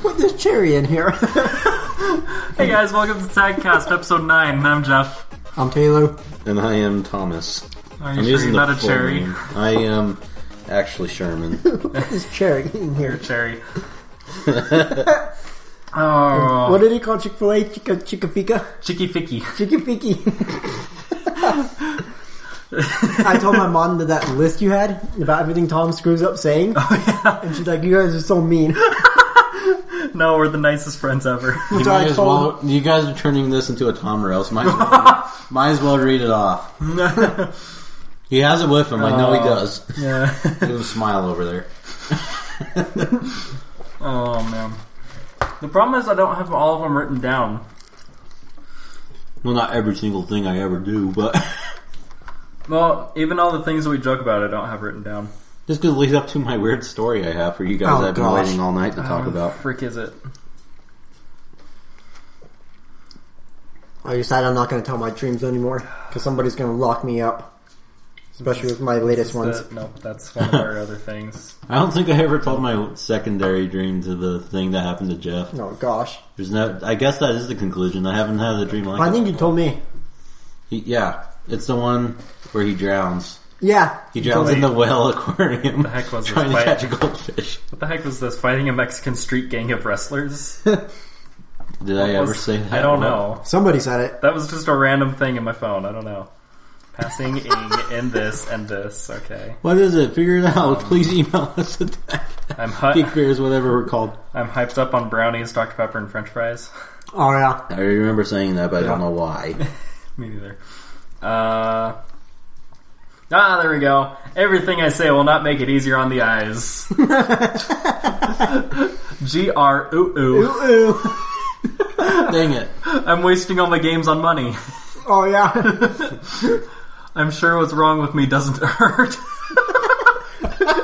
Put this cherry in here. Hey guys, welcome to Tagcast, episode 9. I'm Jeff. I'm Taylor. And I am Thomas. Are I'm you sure using you're the not a full cherry? name. I am actually Sherman. Put this cherry in You're here. a cherry. oh. What did he call Chick Fil A? Chica Chicafica? Chicky Ficky. Chickafiki. I told my mom that that list you had about everything Tom screws up saying, and she's like, Oh, "You guys are so mean." No, we're the nicest friends ever. You, So I might as told- well, you guys are turning this into a Tom or else. Might as well, might as well read it off. he has it with him. I know he does. yeah. Give him a smile over there. Oh man. The problem is I don't have all of them written down. Well, not every single thing I ever do, but Well, even all the things that we joke about, I don't have written down. this could lead up to my weird story I have for you guys Oh, I've been gosh. waiting all night to talk How the about. frick is it? I decided I'm not going to tell my dreams anymore because somebody's going to lock me up, especially with my latest ones. The- nope, that's one of our other things. I don't think I ever told my secondary dream to the thing that happened to Jeff. Oh gosh, There's no, I guess that is the conclusion. I haven't had a dream like I that. think you told me. He, yeah, it's the one where he drowns. Yeah, He drowns in the whale aquarium, heck was trying this fight? to catch a goldfish. What the heck was this? Fighting a Mexican street gang of wrestlers? Did I ever Was- say that? I don't know. somebody said it. That was just a random thing in my phone. I don't know. Passing ing in this and this. Okay. What is it? Figure it out. Please email us at I'm hot. geekbears, whatever we're called. I'm hyped up on brownies, Dr Pepper, and French fries. Oh yeah, I remember saying that, but I Yeah. don't know why. Me neither. Uh. Ah, there we go. Everything I say will not make it easier on the eyes. G R ooh ooh. ooh, ooh. Dang it! I'm wasting all my games on money. oh yeah. I'm sure what's wrong with me doesn't hurt.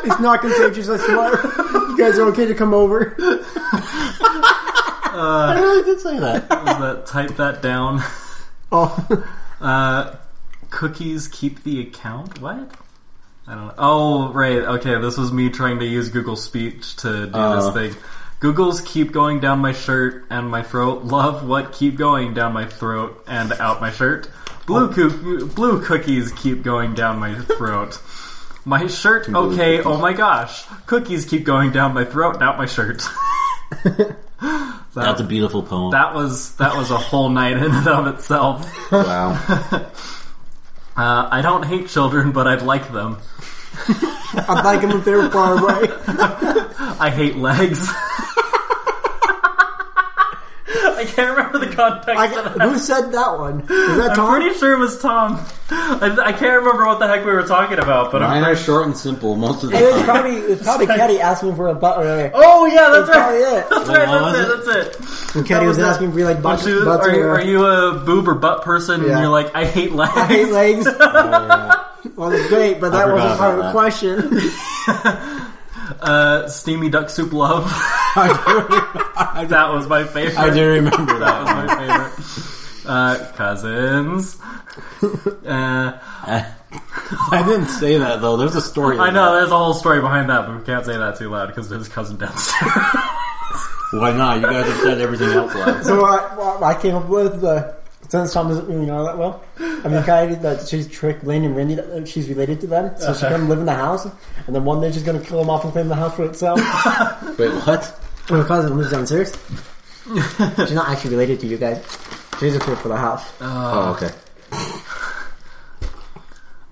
It's not contagious, I swear. You guys are okay to come over. Uh, I really did say that. Is that type that down? Oh, Uh, cookies keep the account? What? I don't know. Oh, right. Okay, this was me trying to use Google Speech to do Uh. this thing. Google's keep going down my shirt and my throat. Love what keep going down my throat and out my shirt. Oh. Blue coo- blue cookies keep going down my throat. My shirt, blue okay. cookies. Oh my gosh, cookies keep going down my throat and out my shirt. That's a beautiful poem. That was that was a whole night in and of itself. wow. Uh, I don't hate children, but I'd like them. I'd like them if they were far away. I hate legs. I can't remember the context. I, of that. who said that one? Is that I'm Tom? pretty sure it was Tom. I, I can't remember what the heck we were talking about, but I'm Mine are pretty sure. short and simple most of the It was time. probably it was probably Ketty asking for a butter. Oh yeah, that's That's probably right. it. That's right. Well, That's it. was That's it. And Ketty was, was it. asking for like Aren't butter. you- are, you, are you a boob or butt person? And Yeah. you're like, I hate legs. I hate legs. well, it's great, but that forgot wasn't part of the about question. Uh, steamy duck soup love. that was my favorite. I do remember That that. was my favorite. Uh, cousins. Uh, I didn't say that though. There's a story. I to know that. there's a whole story behind that, but we can't say that too loud because there's a cousin downstairs. Why not? You guys have said everything else. Loud. so I, well, I came up with uh, the. Since Tom doesn't really know that well, I mean, Katie, that she's tricked Lynn and Randy that she's related to them, so she's gonna live in the house, and then one day she's gonna kill them off and claim the house for itself. Wait, what? Well, My cousin lives downstairs. She's not actually related to you guys. She's just here for the house. Uh, Oh, okay.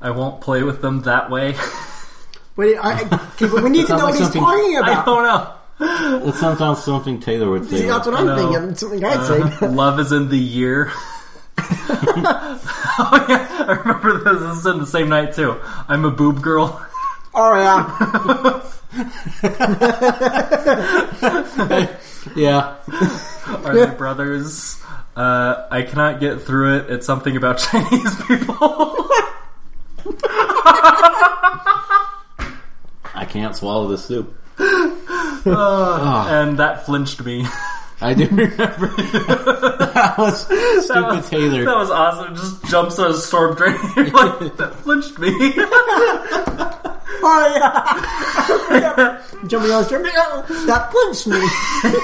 I won't play with them that way. Wait, I, I- okay, but we need to Sounds know what like he's something- talking I about. don't know. It sounds like something Taylor would say. See, that's what I'm know. thinking. It's something I'd Uh, say. love is in the year. oh yeah, I remember this. This is in the same night too. I'm a boob girl. Oh yeah, yeah. Are they brothers? Uh, I cannot get through it. It's something about Chinese people. I can't swallow the soup. and that flinched me. I do remember. that was stupid That was, Taylor. that was awesome. Just jumps on a storm drain. You're like, that flinched me. Oh yeah. Yep. Jumping on the stream. Oh, That punched me.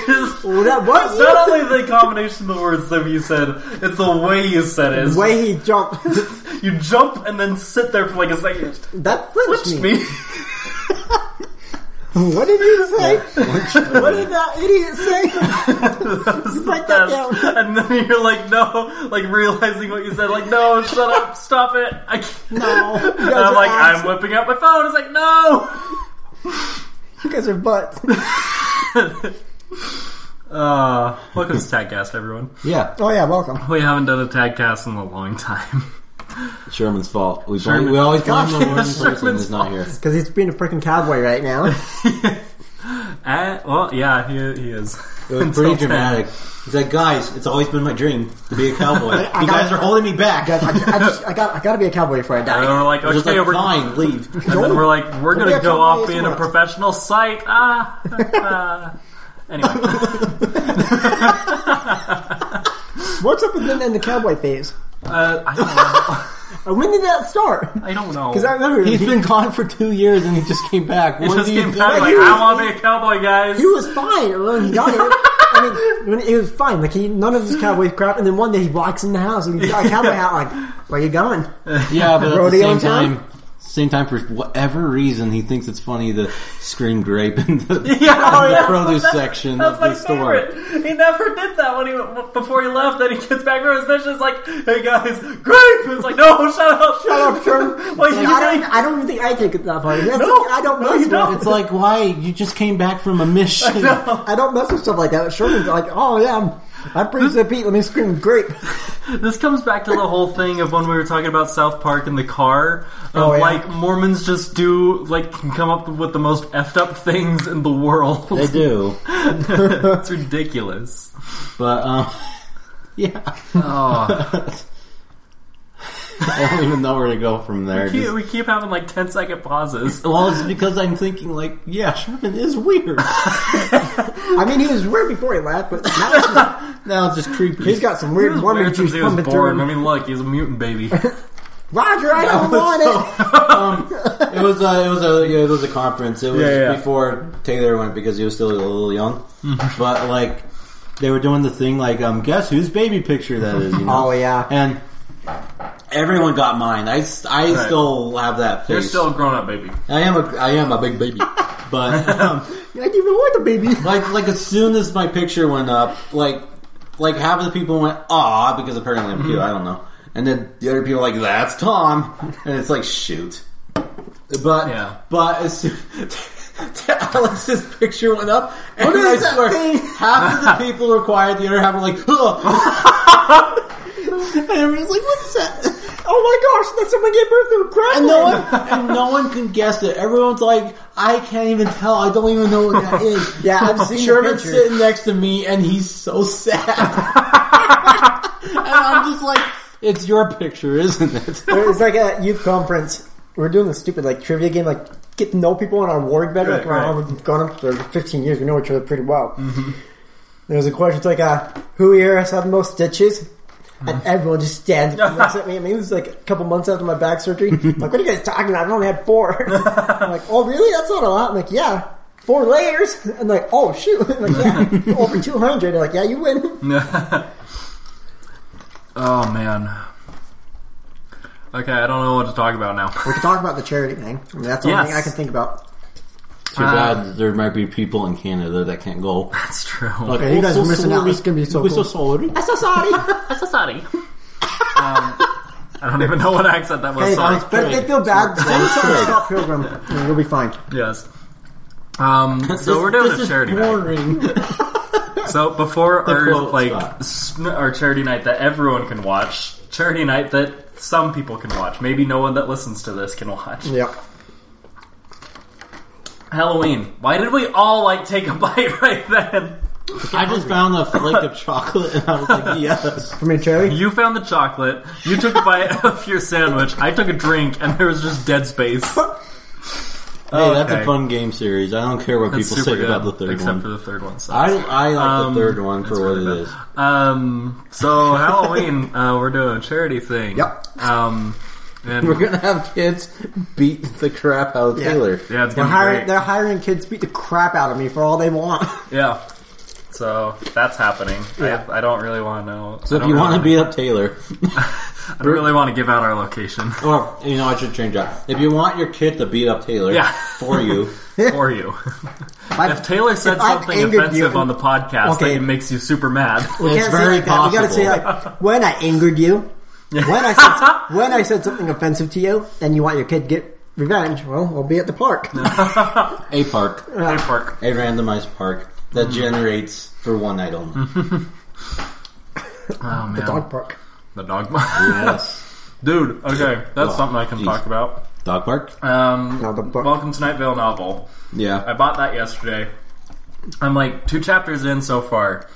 Just- Oh, that was you. Not only the combination of the words that you said, it's the way you said it. The way he jumped. You jump and then sit there for like a second. That punched Touch me. me. What did you say? what did that idiot say? Write that Yes. down. And then you're like, no, like realizing what you said, like, no, shut up, stop it. I can't. No. You And guys I'm are like, ass. I'm whipping out my phone. It's like, no. You guys are butts. Uh, welcome to Tagcast, everyone. Yeah, Oh yeah, welcome. We haven't done a Tagcast in a long time. Sherman's fault. We, blame- Sherman. we always blame Gosh, the one person Sherman's that's not here. Because he's being a freaking cowboy right now. Uh, well, yeah, he, he is. It was Until pretty then. dramatic. He's like, guys, it's always been my dream to be a cowboy. I you got- guys are holding me back. Guys, I, I, just, I got I gotta be a cowboy before I And die. we're like, I was just okay, like, we're, fine, leave. and then we're like, we're we gonna have go to off raise being a words. professional site. Ah. ah. Anyway, What's up with them in the cowboy phase? uh, I don't Uh, When did that start? know. I don't know. Because I remember He's he, been gone for two years and he just came back. It What just do you came do? back like, he was- I want to be a cowboy, guys. he was fine when he got here. I mean, when he was fine. Like he none of his cowboy crap. And then one day he walks in the house and he's got a cowboy hat. Like, where you going? Yeah, but at the Rodeo same town? time, same time for whatever reason, he thinks it's funny to scream grape in the, yeah, oh, in the yeah. produce section That's of my the store. favorite. He never did that when he before he left. Then he gets back from his mission. It's like, hey guys, grape. It's like, no, shut up, Shut up, Sherman. Like, Like, you I, don't, think- I don't even think I take it that far. That's No, like, I don't no, mess you with don't. It's like, why? You just came back from a mission. I don't mess with stuff like that. But Sherman's like, oh yeah, I'm, I'm pretty the beat. Let me scream grape. This comes back to the whole thing of when we were talking about South Park in the car. Of Oh, yeah. like Mormons just do like can come up with the most effed up things in the world. They do. it's ridiculous. But, um, yeah. Oh, I don't even know where to go from there. we, Just- we keep having like 10 second pauses. well, it's because I'm thinking, like, yeah, Sherman is weird. I mean, he was weird before he left, but now it's just- now it's just creepy. he's got some He weird was Mormon weird since juice he was pumping through born. him. I mean, look, he's a mutant baby. Roger, I don't want it. Um, It was a, it was a yeah, it was a conference. It was Yeah, yeah. before Taylor went because he was still a little young. Mm-hmm. but like they were doing the thing like um guess whose baby picture that is. You know? Oh, yeah. and everyone got mine. I, s- I Right. still have that You're face. still a grown up baby. I am a I am a big baby, but um, I didn't even want the baby. like like as soon as my picture went up, like like half of the people went ah because apparently I'm cute. I don't know, and then the other people were like that's Tom, and it's like shoot. But Yeah. but as soon Alex's picture went up, and What I is that swear thing? half of the people were quiet, the other half were like, and everyone's like, what's that? Oh my gosh, that someone gave birth to a crab. And no one and no one can guess it. Everyone's like, I can't even tell. I don't even know what that is. Yeah, I've seen the Sherman's picture. sitting next to me, and he's so sad. and I'm just like, it's your picture, isn't it? It's like at a youth conference. We're doing this stupid like trivia game, like get to know people on our ward better. Like Right, wow, right. Mm-hmm. we've gone up for 15 years. We know each other pretty well. There was a question. It's like, uh, who here has had the most stitches? Mm-hmm. And everyone just stands up and looks at me. I mean, this is like a couple months after my back surgery. I'm like, what are you guys talking about? I've only had four. I'm like, oh, really? That's not a lot. I'm like, yeah, four layers. And like, oh, shoot. I'm like, yeah, over 200. They're like, yeah, you win. oh man. Okay, I don't know what to talk about now. We can talk about the charity thing. I mean, that's the Yes. only thing I can think about. Too Uh, bad there might be people in Canada that can't go. That's true. Like, you "Oh, guys so are missing out. sorry. It's gonna be so We're cool." so sorry. I'm so sorry. I'm so sorry. um, I don't even know what accent that was. Hey, sorry. but they feel bad. They sorry, stop Pilgrim. And You'll be fine. Yes. Um, so we're doing This a is charity night. boring. So before our quote like spot. s- our charity night that everyone can watch, charity night that some people can watch. Maybe no one that listens to this can watch. Yep. Halloween. Why did we all like take a bite right then? I just found a flake of chocolate, and I was like, yes. From your cherry? You found the chocolate. You took a bite of your sandwich. I took a drink, and there was just dead space. Hey, that's Okay. a fun game series. I don't care what That's people super say good, about the third except one. for the third one. So. I, I like Um, the third one for it's what really it bad. is. Um, so Halloween, uh, we're doing a charity thing. Yep. Um, And We're gonna have kids beat the crap out of Yeah. Taylor. yeah, it's They're gonna be hiring, great. they're hiring kids to beat the crap out of me for all they want. Yeah. So that's happening. Yeah. I, I don't really want to know. So if you want to beat up Taylor, I don't really want to give out our location or you know, I should change that. If you want your kid to beat up Taylor Yeah. for you, for you. If I've- Taylor said if I've something angered you- offensive on the podcast, Okay. that makes you super mad. we it's can't say very like that. We gotta say possible. like when I angered you, when I said, when I said something offensive to you, and you want your kid to get revenge. Well, we'll be at the park. a park, Hey, Park. a randomized park that Mm-hmm. generates for one night only. Oh man, Dog park. the dog park. yes, Dude, okay, that's Oh, something I can geez. talk about. dog park. Um, No, the book. Welcome to Night Vale novel. I Yeah, bought that yesterday. I'm like two chapters in so far,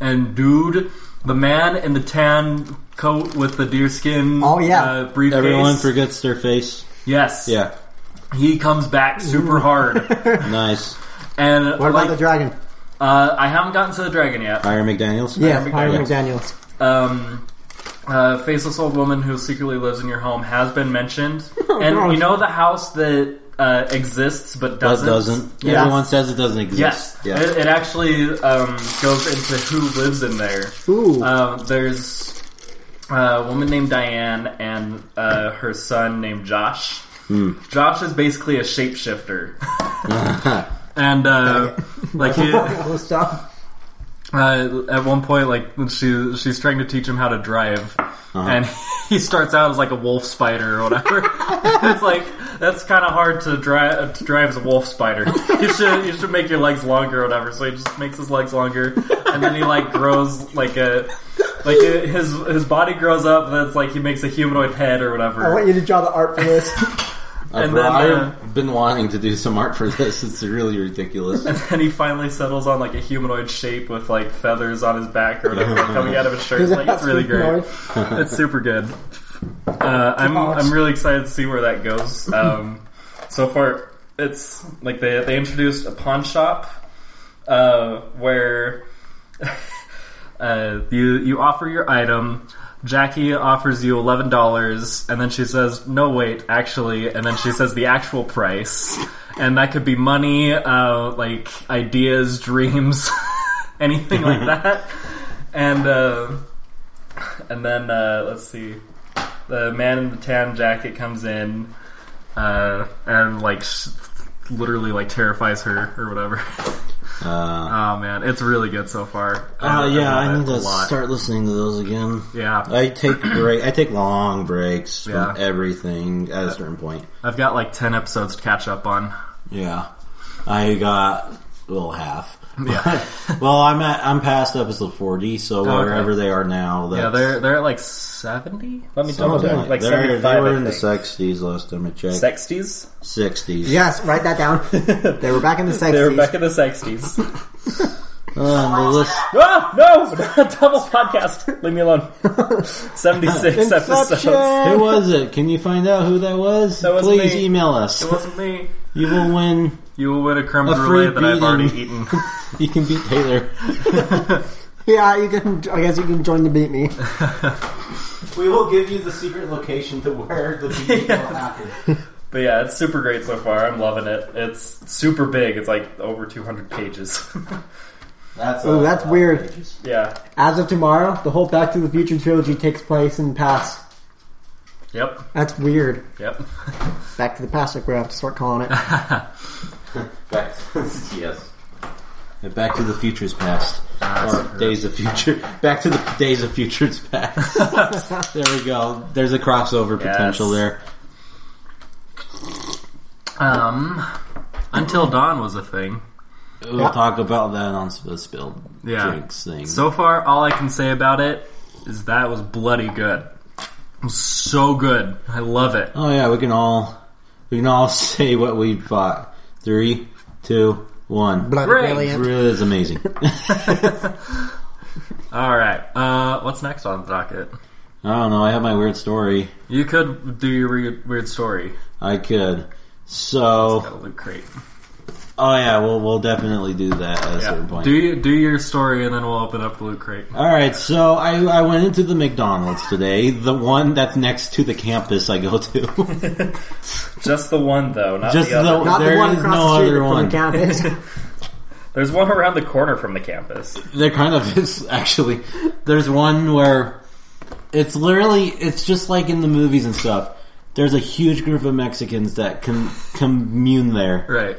and dude, the man in the tan coat with the deerskin. Oh, yeah. uh, briefcase. everyone forgets their face. yes, Yeah, he comes back super hard, nice. and What about like, the dragon? uh, I haven't gotten to the dragon yet. Byron McDaniel's. Yeah, Pyro Daniels. McDaniels. Um, uh, faceless old woman who secretly lives in your home has been mentioned, and gosh. you know the house that uh, exists but That doesn't. doesn't. Yeah. Everyone says it doesn't exist. Yes, Yeah. it, it actually um, goes into who lives in there. Ooh. Um, there's uh, a woman named Diane and uh, her son named Josh. Josh is basically a shapeshifter, and uh, like he, Cool stuff. uh, at one point, like when she she's trying to teach him how to drive, and he starts out as like a wolf spider or whatever. it's like that's kind of hard to drive to drive as a wolf spider. You should you should make your legs longer or whatever. So he just makes his legs longer, and then he like grows like a like a, his his body grows up. And it's like he makes a humanoid head or I whatever. want you to draw the art for this. I've, and then, uh, I've been wanting to do some art for this. It's really ridiculous. Uh, And he finally settles on like a humanoid shape with like feathers on his back or whatever like, coming out of his shirt. Like it's really great. It's super good. Uh, I'm I'm really excited to see where that goes. Um, so far, it's like they they introduced a pawn shop uh, where uh, you you offer your item. Jackie offers you eleven dollars, and then she says, "No, wait, actually," and then she says the actual price, and that could be money, uh, like ideas, dreams, anything like that, and. Uh, and then uh, let's see, the man in the tan jacket comes in, uh, and like sh- literally like terrifies her or whatever. Uh, Oh man, it's really good so far. uh, yeah, I need love it a to lot. start listening to those again. Yeah, I take break. I take long breaks from Yeah. everything at a certain point. I've got like ten episodes to catch up on. Yeah, I got well half. Yeah. well, I'm at I'm past episode forty, so Oh, okay. wherever they are now. That's Yeah, they're they're at like seventy. Let me double something check. like- Like they're, they seventy-five. were in the I think. sixties last time I checked. Sexties. Sixties. Yes, write that down. They were back in the They were 60s. back in the sexties. Uh, the list. ah, no, double podcast. Leave me alone. Seventy-six episodes. Inception! Who was it? Can you find out who that was? That wasn't Please me. email us. It wasn't me. You will win. You will win a creme A brulee free that I've already beating. eaten. You can beat Taylor. Yeah, you can. I guess you can join the beat me. We will give you the secret location to where the beating Yes. happen. But yeah, it's super great so far. I'm loving it. It's super big. It's like over 200 pages. That's Ooh, that's weird. yeah. As of tomorrow, the whole Back to the Future trilogy takes place in the past. Yep. That's weird. Yep. Back to the past, like we have to start calling it. Back, yes. Back to the Future's Past. or Days of Future. Back to the Days of Future's Past. there we go. There's a crossover Yes. potential there. Um, Until Dawn was a thing. We'll talk about that on the spilled Yeah. drinks thing. So far, all I can say about it is that was bloody good. It was so good. I love it. oh yeah, we can all we can all say what we thought. Three, two, one. Bloody Great. brilliant. Really is amazing. All right. Uh, what's next on the docket? I don't know. I have my weird story. You could do your weird, weird story. I could. So Got a loot crate. Oh yeah, we'll we'll definitely do that at a certain point. Do you, do your story, and then we'll open up Blue Crate. All right, so I, I went into the McDonald's today, the one that's next to the campus I go to. Just the one though, not Just the other. the- Not There the one is across no the other street from one. the campus. There's one around the corner from the campus. there kind of is actually. There's one where it's literally it's just like in the movies and stuff. There's a huge group of Mexicans that can commune there. Right.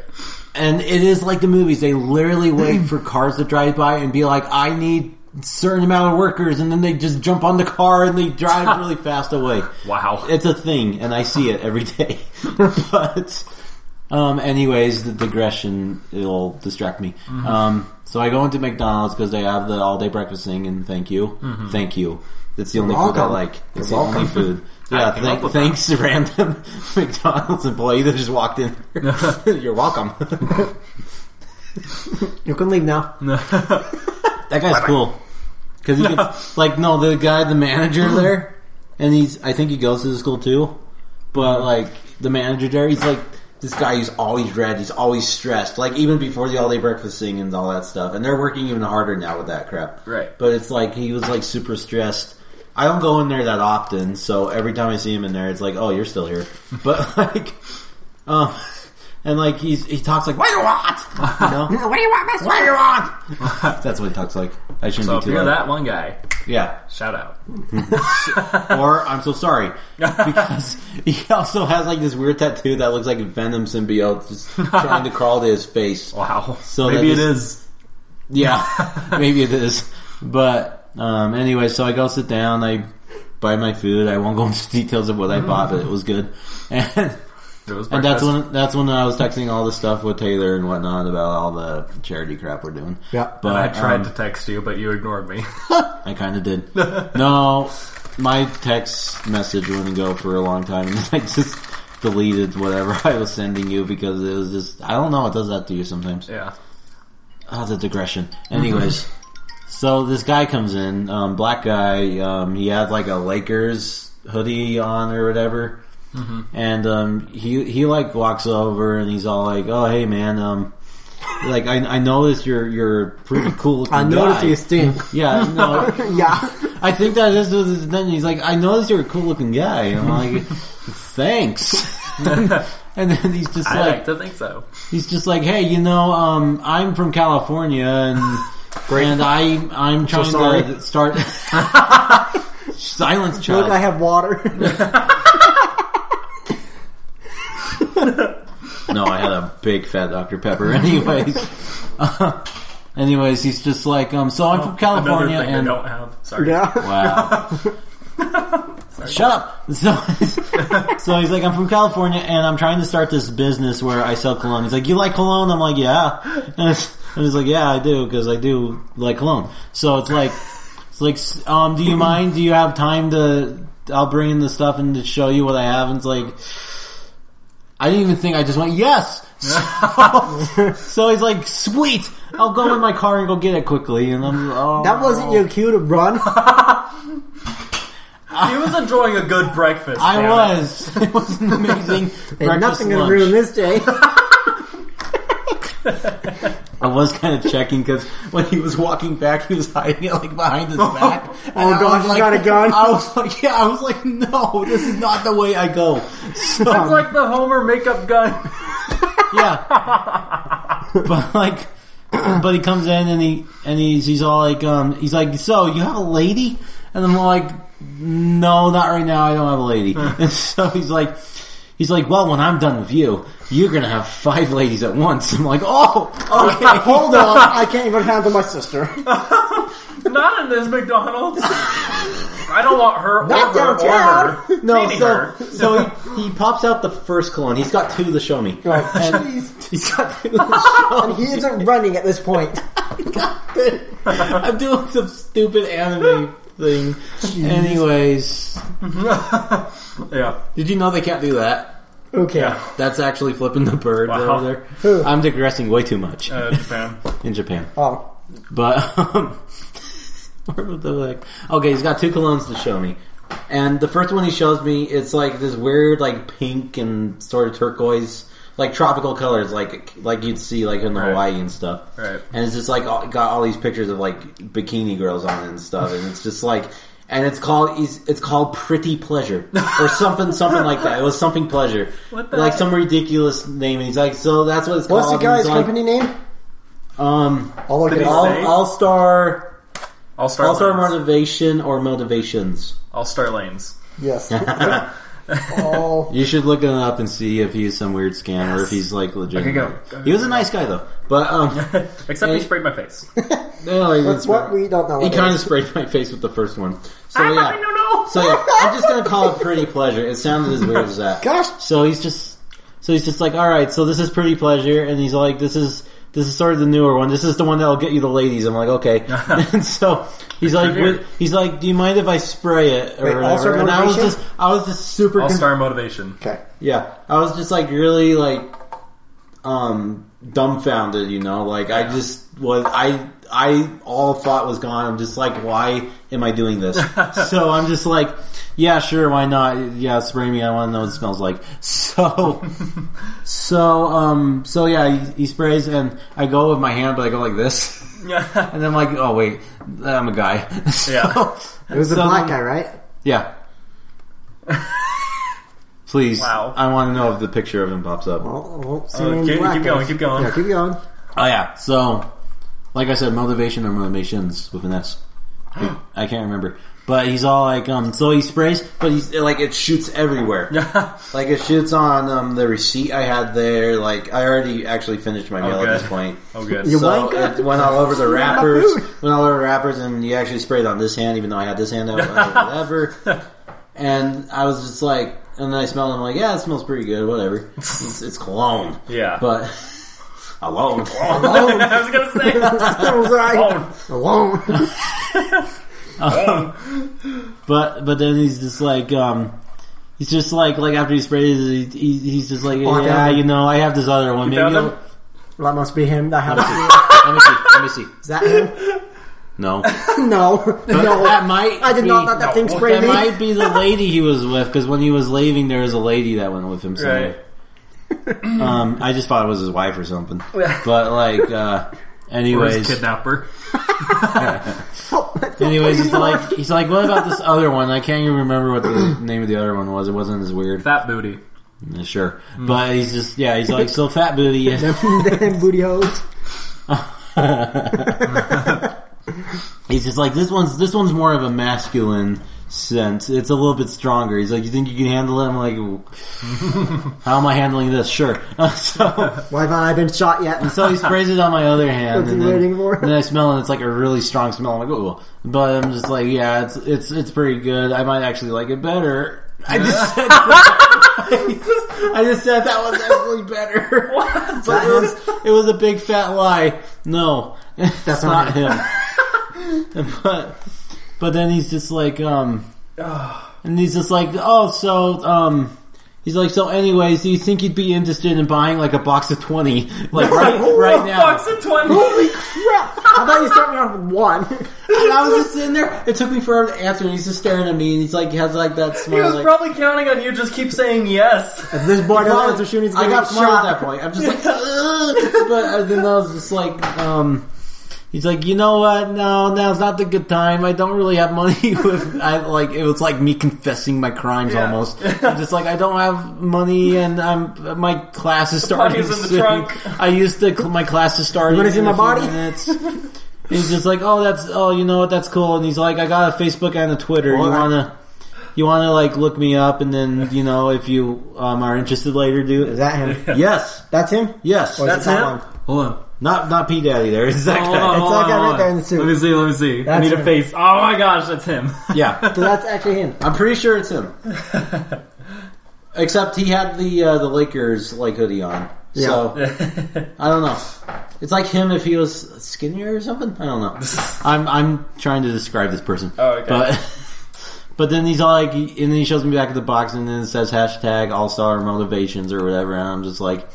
And it is like the movies. They literally wait for cars to drive by and be like, I need certain amount of workers and then they just jump on the car and they drive really fast away. Wow. It's a thing and I see it every day. but um anyways, the digression it'll distract me. Um so I go into McDonald's because they have the all day breakfast thing and thank you. Thank you. It's the only food I welcome. like. It's the You're only food. Yeah, came thank, up with thanks to random McDonald's employee that just walked in. You're welcome. you can leave now. That guy's cool. 'Cause cool. Because he gets, like, no, the guy, the manager there, and he's, I think he goes to the school too, but like, the manager there, he's like, this guy who's always red, he's always stressed, like, even before the all day breakfasting and all that stuff, and they're working even harder now with that crap. Right. But it's like, he was like super stressed. I don't go in there that often, so every time I see him in there, it's like, oh, you're still here. But like, um, and like, he's, he talks like, what do you want? You know? What do you want, miss? What do you want? That's what he talks like. I shouldn't So be if too you're loud. that one guy, Yeah. shout out. Or I'm so sorry. Because he also has like this weird tattoo that looks like a venom symbiote just trying to crawl to his face. Wow. So maybe that it is. Yeah. Maybe it is. But um anyway, so I go sit down, I buy my food, I won't go into details of what I bought, but it was good. And It was and that's breakfast. when that's when I was texting all the stuff with Taylor and whatnot about all the charity crap we're doing. Yeah. But I tried um, to text you, but you ignored me. I kind of did. no, my text message wouldn't go for a long time, and I just deleted whatever I was sending you because it was just I don't know. It does that to you sometimes. yeah. Ah, the digression. Anyways, so this guy comes in, um, black guy. Um, he had like a Lakers hoodie on or whatever, Mm-hmm. and um, he he like walks over and he's all like, "Oh, hey man." Um, like I, I noticed you're you're a pretty cool. I looking noticed guy." you stink. Yeah, no, yeah. I think that is what his then he's like, I noticed you're a cool looking guy. And I'm like, thanks. and then he's just I like like, to think so. he's just like, hey, you know, um, I'm from California and and I I'm trying sorry. to start silence child. Look, I have water. no, I had a big fat Dr Pepper. Anyways, anyways, he's just like, um, so I'm from California Another thing and I don't have. Sorry. yeah. Wow. Shut up. So, so he's like, I'm from California and I'm trying to start this business where I sell cologne. He's like, you like cologne? I'm like, yeah. And, it's, and he's like, yeah, I do because I do like cologne. So it's like, it's like, s- um, do you mind? Do you have time to? I'll bring in the stuff and to show you what I have. And it's like, I didn't even think. I just went yes. So, so he's like, sweet. I'll go in my car and go get it quickly. And I'm oh. That wasn't your cue to run. He was enjoying a good breakfast. I damn it. was. It was an amazing. Ain't breakfast nothing gonna lunch. ruin this day. I was kind of checking because when he was walking back, he was hiding it like behind his back. And Oh, I God, was he's got a gun. I was like, yeah, I was like, no, this is not the way I go. It's So like the Homer makeup gun. yeah, but like, but he comes in and he and he's he's all like, um, he's like, so you have a lady? And I'm like, no, not right now. I don't have a lady. and so he's like. He's like, well, when I'm done with you, you're gonna have five ladies at once. I'm like, oh, okay, Hold on, I can't even handle my sister. Not in this McDonald's. I don't want her or Not her downtown. or her. No, Feeding so, her. so he, he pops out the first cologne. He's got two to show me. Right. And Jeez. he's got two to show And he isn't running at this point. me. I'm doing some stupid anime thing. Anyways, Yeah. did you know they can't do that? Okay. Yeah. That's actually flipping the bird Wow. over Who? there. I'm digressing way too much Uh, Japan. in Japan. Oh. But um, what the heck? Okay, he's got two colognes to show me, and the first one he shows me, it's like this weird, like pink and sort of turquoise like tropical colors, like like you'd see like in the Right. Hawaii and stuff. Right. And it's just like all, got all these pictures of like bikini girls on it and stuff, and it's just like. And it's called it's it's called Pretty Pleasure or something something like that. It was something pleasure, What the like heck? some ridiculous name. And he's like, so that's what it's What's the called. guy's And he's like, company name? Um, I'll look Did it he up. say? all star I'll start. all star lanes. motivation or motivations. I'll start lanes. Yes. Oh. all You should look him up and see if he's some weird scam or if he's like legit. Okay, go. Go. He was a nice guy though, but um, Except he sprayed my face. no, he, didn't That's what spray- we don't know. he what it kind of is. sprayed my face with the first one. So I yeah, fucking don't know. so yeah, I'm just gonna call it pretty pleasure. It sounded as weird as that. Gosh. So he's just, so he's just like, all right, so this is pretty pleasure, and he's like, this is. This is sort of the newer one. This is the one that'll get you the ladies. I'm like, okay. and so he's like, Weird. "Would- he's like, do you mind if I spray it or Wait, whatever? All-Star And I was Motivation? just, I was just super All confused. star motivation. Okay. Yeah, I was just like really like um dumbfounded, you know. Like I just was I I all thought was gone. I'm just like, why am I doing this? so I'm just like, yeah, sure, why not? Yeah, spray me. I want to know what it smells like. So so um so yeah, he, he sprays and I go with my hand, but I go like this. Yeah. And then I'm like, oh wait, I'm a guy. Yeah. It was the So black then- guy, right? yeah. Please, Wow. I want to know if the picture of him pops up. Well, I won't Oh, see Uh, any keep- black keep going, guys. keep going. Yeah, keep going. Oh yeah, so like I said, motivation or motivations with an S. I I can't remember, but he's all like, um, so he sprays, but he's like it shoots everywhere. Like it shoots on um the receipt I had there. Like I already actually finished my meal good. at this point. oh, good. You- So wanker. it went all over the my wrappers, food. went all over the wrappers, and you actually sprayed on this hand, even though I had this hand out, whatever. And I was just like, and then I smelled. it, I'm like, yeah, it smells pretty good, whatever. It's, it's cologne, yeah. but alone. Alone. I was gonna say. Alone. Oh, Alone. But but then he's just like um, he's just like like after he sprays, it, he, he, he's just like Oh, yeah, yeah. you know, I have this other one. Maybe found I'll- him? Well, that must be him. That had to let me see. Let me see. Is that him? No, No. no, No. that might. I did be, not let that thing No. spray That me. might be the lady he was with because when he was leaving, there was a lady that went with him. right. Somewhere. Um, I just thought it was his wife or something. But like, uh, Or his anyways, kidnapper. anyways, he's like, he's like, what about this other one? I can't even remember what the name of the other one was. It wasn't as weird. Fat booty. Yeah, Sure, Mm. but he's just yeah. He's like so fat booty. Damn booty hose. he's just like this one's this one's more of a masculine scent. It's a little bit stronger. He's like, you think you can handle it? I'm like, how am I handling this? Sure. so Why haven't I been shot yet? so he sprays it on my other hand. What's he and then, waiting for? and then I smell and it's like a really strong smell. I'm like, oh, but I'm just like, yeah, it's it's it's pretty good. I might actually like it better. I just said. I just said that was actually better. But it was, it was a big fat lie. No, that's not not him. but but then he's just like um, Ah. and he's just like oh so um. He's like, so anyways, do you think you'd be interested in buying like a box of 20? Like right, right now. Box of twenty. Holy crap! I thought you started me off with one. And I was just sitting there. It took me forever to answer. And he's just staring at me. And he's like, he has like that He smile. was Like, probably counting on you. Just keep saying yes. If this boy "Well, knows what shooting, he's I gonna got get smart shot. at that point. I'm just like, "Ugh." but uh, then I was just like, um, he's like, you know what? No, now's not the good time. I don't really have money with. I like it was like me confessing my crimes Yeah. almost. I'm just like I don't have money, and I'm my class is starting. money's in the soon. trunk. I used to my class is starting. Money's in a the few body. minutes. He's just like, oh, that's, oh, you know what, that's cool. And he's like, I got a Facebook and a Twitter. Well, you I- wanna, you wanna like look me up, and then you know if you um, are interested later, Is do that him? yes, That's him. yes. Or is That's it Oh. that him? one? Hold on, not not P Daddy. There is that Hold on, guy. hold on, that guy hold right on. there in the suit. Let me see. Let me see. I That's need a him. face. Oh my gosh, that's him. Yeah, So that's actually him. I'm pretty sure it's him. Except he had the uh, the Lakers like hoodie on. So I don't know. It's like him if he was skinnier or something. I don't know. I'm I'm trying to describe this person. Oh, okay. But but then he's all like, and then he shows me back at the box, and then it says hashtag All Star Motivations or whatever, and I'm just like.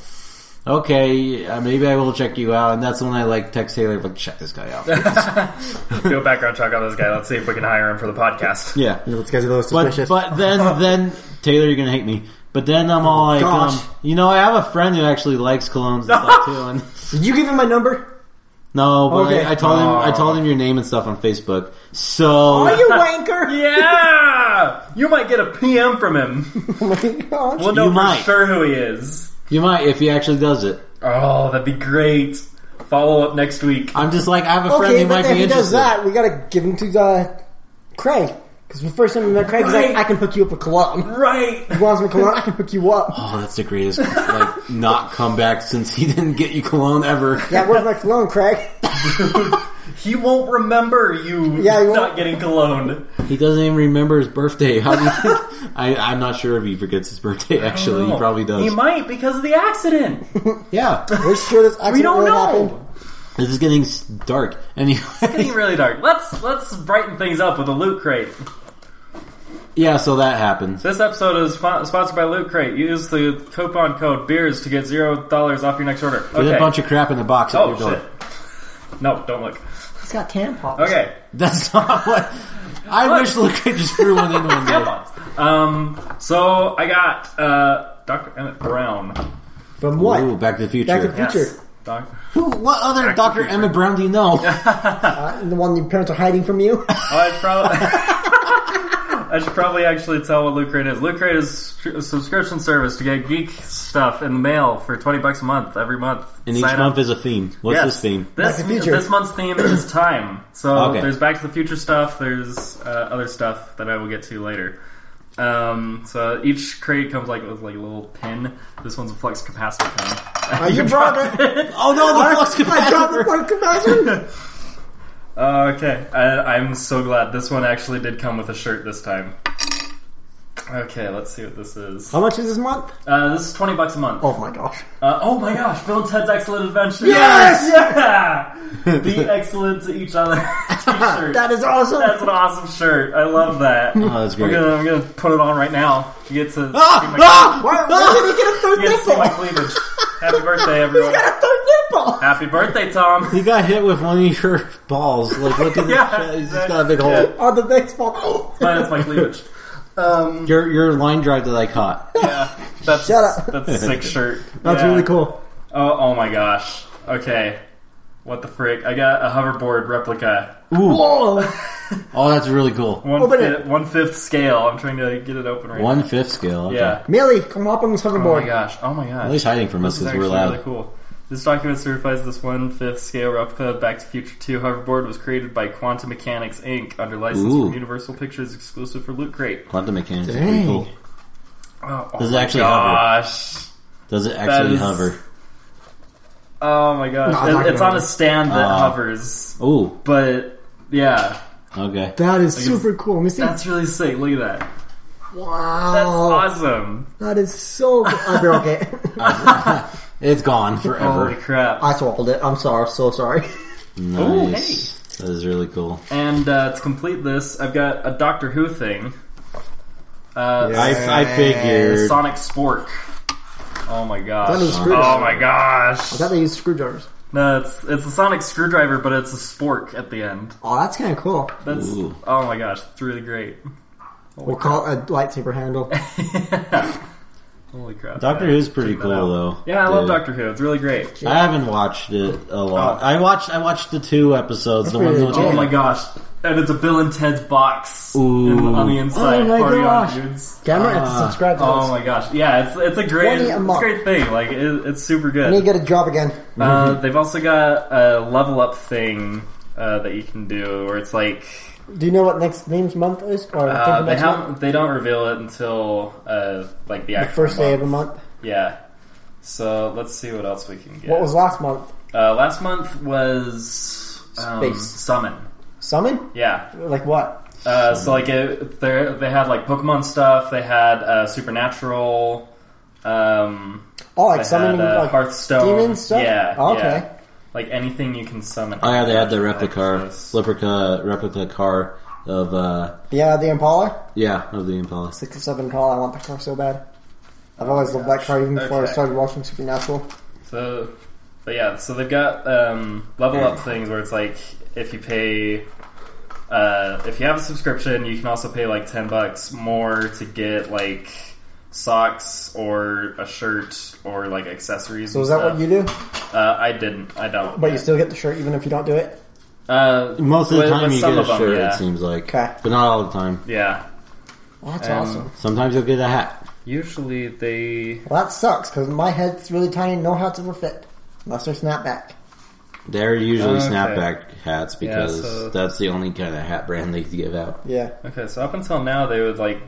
Okay, uh, maybe I will check you out, and that's when I like text Taylor like check this guy out. Do a background check on this guy. Let's see if we can hire him for the podcast. yeah, You know, this guy's a little But, suspicious. but then then Taylor, you're gonna hate me. But then I'm all like, gosh. um, you know, I have a friend who actually likes colognes and stuff too. And Did you give him my number? no, but Okay. I, I told him I told him your name and stuff on Facebook. So Are you wanker? Yeah, you might get a PM from him. Oh my gosh. We'll know You for might. sure who he is. you might if he actually does it. Oh, that'd be great. Follow up next week. I'm just like I have a friend Okay, who but might then if be he interested. does that, we gotta give him to uh, Craig. Because the first time we met Craig, he's like, Right. I can hook you up with Cologne. Right. You want some cologne? I can hook you up. Oh, that's the greatest like not comeback since he didn't get you cologne ever. Yeah, where's my cologne, Craig? He won't remember you Yeah, he won't. not getting cologne. He doesn't even remember his birthday. How do you think? I, I'm not sure if he forgets his birthday. Actually, he No. probably does. He might because of the accident. yeah, We're sure this accident We don't really know. happened. this is getting s- dark. Anyway, Getting really dark. Let's let's brighten things up with a loot crate. yeah, so that happens. This episode is spo- sponsored by Loot Crate. Use the coupon code BEERS to get zero dollars off your next order. There's Okay. a bunch of crap in the box at oh your door. shit. No, don't look. He's got tampons. Okay. That's not what. I What? wish Luke could just threw one in one day. Tampons. Um. So I got uh Dr. Emmett Brown. From what? Ooh, Back to the Future. Back to the Yes. Future. Doc- Who, what other Back to the Dr. Future. Emmett Brown do you know? Uh, the one your parents are hiding from you? I should probably. I should Oh, probably actually tell what Loot Crate is. Loot Crate is a subscription service to get geek stuff in the mail for twenty bucks a month every month. And each Sign up. month is a theme. What's Yes. this theme? Back This, to the Future. this month's theme is time. So Okay. there's Back to the Future stuff. There's uh, other stuff that I will get to later. Um, so each crate comes like with like a little pin. This one's a flux capacitor pin. Are you brought it? Oh no, the flux I dropped the capacitor. fucking capacitor. Uh, okay, I, I'm so glad this one actually did come with a shirt this time. Okay, let's see what this is. How much is this month? Uh, this is twenty bucks a month. Oh my gosh. Uh, oh my gosh, Bill and Ted's Excellent Adventure! Yes! Yeah! Be excellent to each other t-shirt. That is awesome. That's an awesome shirt. I love that. Oh, that's great. I'm gonna, I'm gonna put it on right now. You get to see Ah, my, ah, why, why ah! did he get a third you get to see my nipple? cleavage. Happy birthday, everyone. He got a third nipple. Happy birthday, Tom. He got hit with one of your balls. Like, look at this. Yeah, shit. He's just got a big hole. On the baseball. Mine is my cleavage. Um, Your your line drive that I caught. yeah, that's Shut up. that's a sick shirt. That's Yeah. really cool. Oh, oh my gosh. Okay, what the frick? I got a hoverboard replica. Ooh. Whoa. Oh, that's really cool. One Open fifth, it. one fifth scale. I'm trying to get it open right now. One fifth scale. Okay. Yeah. Millie, come hop on this Oh my hoverboard. gosh. Oh my gosh. At least hiding from us This is because we're actually loud. really cool. This document certifies this one-fifth scale replica of Back to the Future 2 hoverboard was created by Quantum Mechanics Inc. under license Ooh. from Universal Pictures, exclusive for Loot Crate. Quantum mechanics is Dang. pretty cool. Oh, oh Does it my actually hover? gosh. Does it actually is- hover? Oh my No, I'm not gosh! It- it's gonna on a stand that Ah. hovers, Ooh. but yeah, Okay. That is super cool. Let me see. that's really sick. Look at that. wow. That's awesome. That is so. Ah, I broke it. Um, It's Oh. gone Holy forever. crap! I swallowed it. I'm sorry. So sorry. Ooh, Nice. That is really cool. And uh, to complete this, I've got a Doctor Who thing. Uh, Yeah. I, I figured. Sonic Spork. Oh my gosh. That is screwed oh up. my gosh. I thought they used screwdrivers. No, it's it's a sonic screwdriver, but it's a spork at the end. Oh, that's kind of cool. That's Ooh. oh my gosh, it's really great. We'll call it a lightsaber handle. Holy crap. Doctor Yeah, Who's pretty check that cool out. though. Yeah, I love Dude. Doctor Who. It's really great. I haven't watched it a lot. Oh. I watched I watched the two episodes. The ones pretty with legit. Oh my gosh. And it's a Bill and Ted's box Ooh. in- on the inside. Oh my party on, gosh. dudes. Cameron, I have to subscribe to Oh this. my gosh. Yeah, it's it's a great Twenty a it's a month. great thing. Like it, it's super I need to good. get a job again. Uh, Mm-hmm. they've also got a level up thing uh, that you can do where it's like Do you know what next name's month is? Or I think Uh, the they next have month? They don't reveal it until uh, like the The actual first day month. of the month. Yeah. So let's see what else we can get. What was last month? uh, last month was um, Space. summon. Summon? Yeah. Like what? Uh, so like it, they they had like Pokemon stuff. They had uh, supernatural. Um, Oh, they like summoning had, uh, like Hearthstone demon stuff. Yeah. Oh, okay. yeah. Like anything you can summon. Oh yeah, they had the replica Yes. replica replica car of uh Yeah, the Impala, yeah, of the Impala. six or seven Impala. I want that car so bad. I've always loved that car even before Oh Okay. I started watching Supernatural. So, but yeah, so they've got um, level up Hmm. things where it's like if you pay, uh, if you have a subscription, you can also pay like ten bucks more to get like socks or a shirt or like accessories. So is that what you do? Uh, I didn't. I don't. But you still get the shirt even if you don't do it. Uh, Most of the with- time with you some get a of them, shirt, yeah. it seems like. Okay. But not all the time. yeah. Well, that's Um, awesome. Sometimes you'll get a hat. Usually they. Well, that sucks because my head's really tiny. No hats ever fit unless they're snapback. They're usually Okay. snapback hats because so- that's the only kind of hat brand they give out. Yeah. Okay, so up until now they would like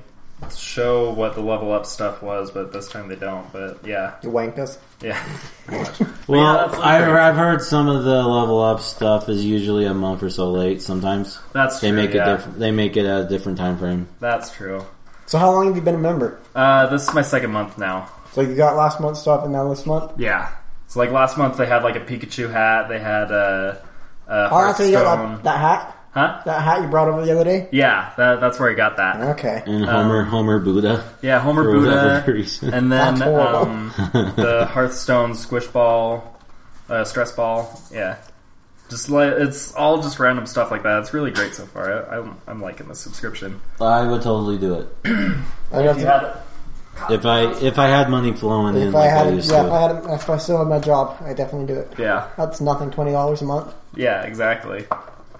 show what the level up stuff was, but this time they don't. But yeah, You wank us. yeah. Well, yeah, that's not I've, great. I've heard some of the level up stuff is usually a month or so late. Sometimes That's they true. make yeah. it. Diff- they make it at a different time frame. That's true. So how long have you been a member? Uh, this is my second month now. So you got last month's stuff and now this month. Yeah. So like last month they had like a Pikachu hat. They had a, a Oh, that's where you Hearthstone. got that, that hat. huh? That hat you brought over the other day. Yeah, that, that's where I got that. Okay. And Homer, Homer Buddha. Yeah, Homer For Um, Buddha, whatever reason. and then That's horrible. um, the Hearthstone squish ball, uh, stress ball. Yeah, just like it's all just random stuff like that. It's really great so far. I, I'm, I'm liking the subscription. I would totally do it I got to- if I if I had money flowing in if I like I had, used yeah, if I to. had, if I still had my job, I definitely do it. yeah, That's nothing. Twenty dollars a month. yeah, exactly.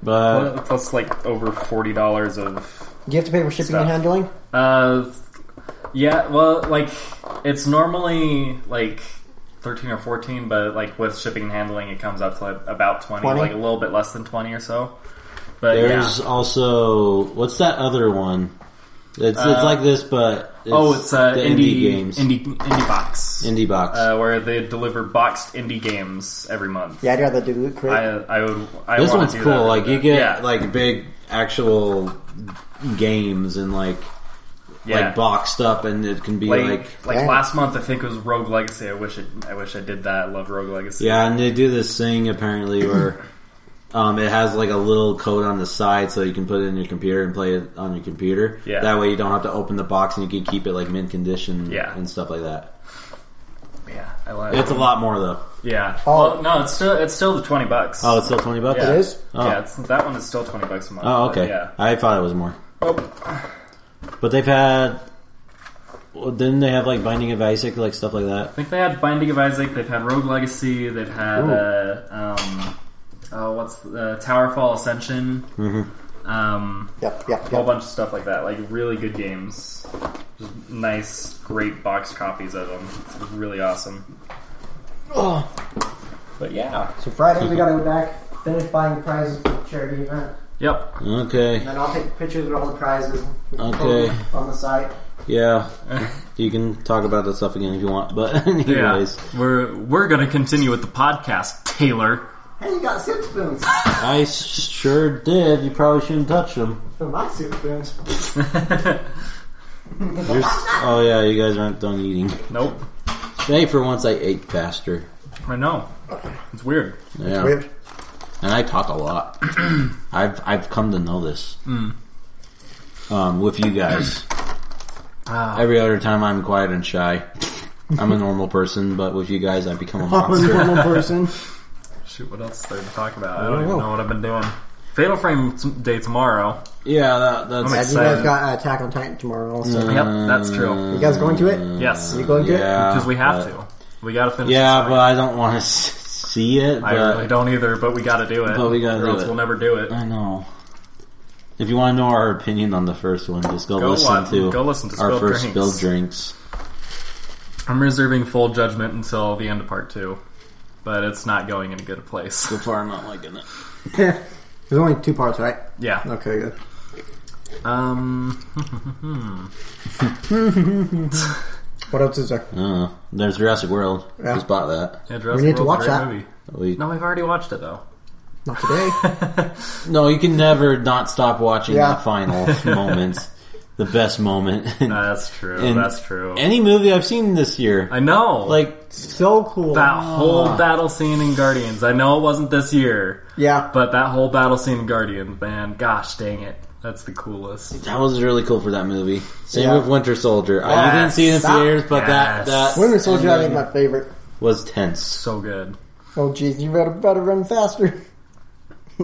But Plus like over forty dollars of Do you have to pay for shipping and Stuff. handling? Uh, yeah. Well, like it's normally like thirteen or fourteen, but like with shipping and handling, it comes up to like, about 20, 20? like a little bit less than twenty or so. But there's yeah. also what's that other one? It's it's like this, but it's Uh, Oh, it's uh, the indie, indie games, indie indie box, indie box. Uh, where they deliver boxed indie games every month. Yeah, I'd rather do loot crate. I I would. I this wanna one's do cool. that. Like you get yeah, like big actual games and like yeah. like boxed up, and it can be like, like, like, Dang. last month, I think it was Rogue Legacy. I wish it, I wish I did that. I love Rogue Legacy. yeah, and they do this thing apparently where. Um, it has like a little code on the side so you can put it in your computer and play it on your computer. Yeah. That way you don't have to open the box and you can keep it like mint condition Yeah. and stuff like that. yeah, I like. It's a lot more though. Yeah. Oh. Well, no, it's still it's still the twenty bucks. Oh, it's still 20 bucks? yeah. It is? Oh. Yeah, it's, that one is still twenty bucks a month. Oh, but okay. Yeah. I thought it was more. Oh, But they've had. Well, didn't they have like Binding of Isaac, like stuff like that? I think they had Binding of Isaac. They've had Rogue Legacy. They've had uh, um, oh, what's the Towerfall Ascension? Mm-hmm. Um, yep, yep, a whole yep. bunch of stuff like that. Like really good games. Just nice, great box copies of them. It's really awesome. Oh, But yeah. so Friday we gotta go back, finish buying prizes for the charity event, Yep. Okay. and then I'll take pictures of all the prizes. Okay. On the site. Yeah. You can talk about that stuff again if you want. But, anyways, We're we're gonna continue with the podcast, Taylor. Hey, you got soup spoons. I s- sure did. You probably shouldn't touch them. For my soup spoons. There's- oh, yeah, you guys aren't done eating. Nope. Today, for once, I ate faster. I know. It's weird. Oh, Yeah. Weird. and I talk a lot. I've I've come to know this Hmm. um, with you guys. Ah. Every other time I'm quiet and shy. I'm a normal person, but with you guys, I become a monster. normal person. Shoot, what else is there to talk about? I don't don't even know. know what I've been doing. Fatal Frame t- Day tomorrow. yeah, that, Yeah, I'm that's uh, you guys Excited. got uh, Attack on Titan tomorrow also. Yep, that's true. You guys going to it? Yes, You going to it? yeah, because we have Uh, but- to. We gotta finish. Yeah, this but fight. I don't want to see it. But I really don't either. But we gotta do it. But we gotta or do else it. We'll never do it. I know. If you want to know our opinion on the first one, just go, Go listen watch- to go listen to our Spilled first Drinks. spilled drinks. I'm reserving full judgment until the end of part two, but it's not going in a good place. So far, I'm not liking it. There's only two parts, right? Yeah. Okay, good. Um. What else is there? Uh, there's Jurassic World. Yeah. Just bought that. Yeah, Jurassic We need to World's a watch great that. Movie. We No, we've already watched it though. Not today. No, you can never not stop watching Yeah. that final moment, the best moment. That's true. in that's true. Any movie I've seen this year, I know. like so cool. Ah. that whole battle scene in Guardians. I know it wasn't this year, Yeah. But that whole battle scene in Guardians, man, gosh dang it. That's the coolest. that was really cool for that movie. Same Yeah. with Winter Soldier. I, you Yes. didn't see it in Stop. theaters, but Yes. that that Winter Soldier, I think, my favorite. was tense. So good. Oh, jeez, you better, better run faster.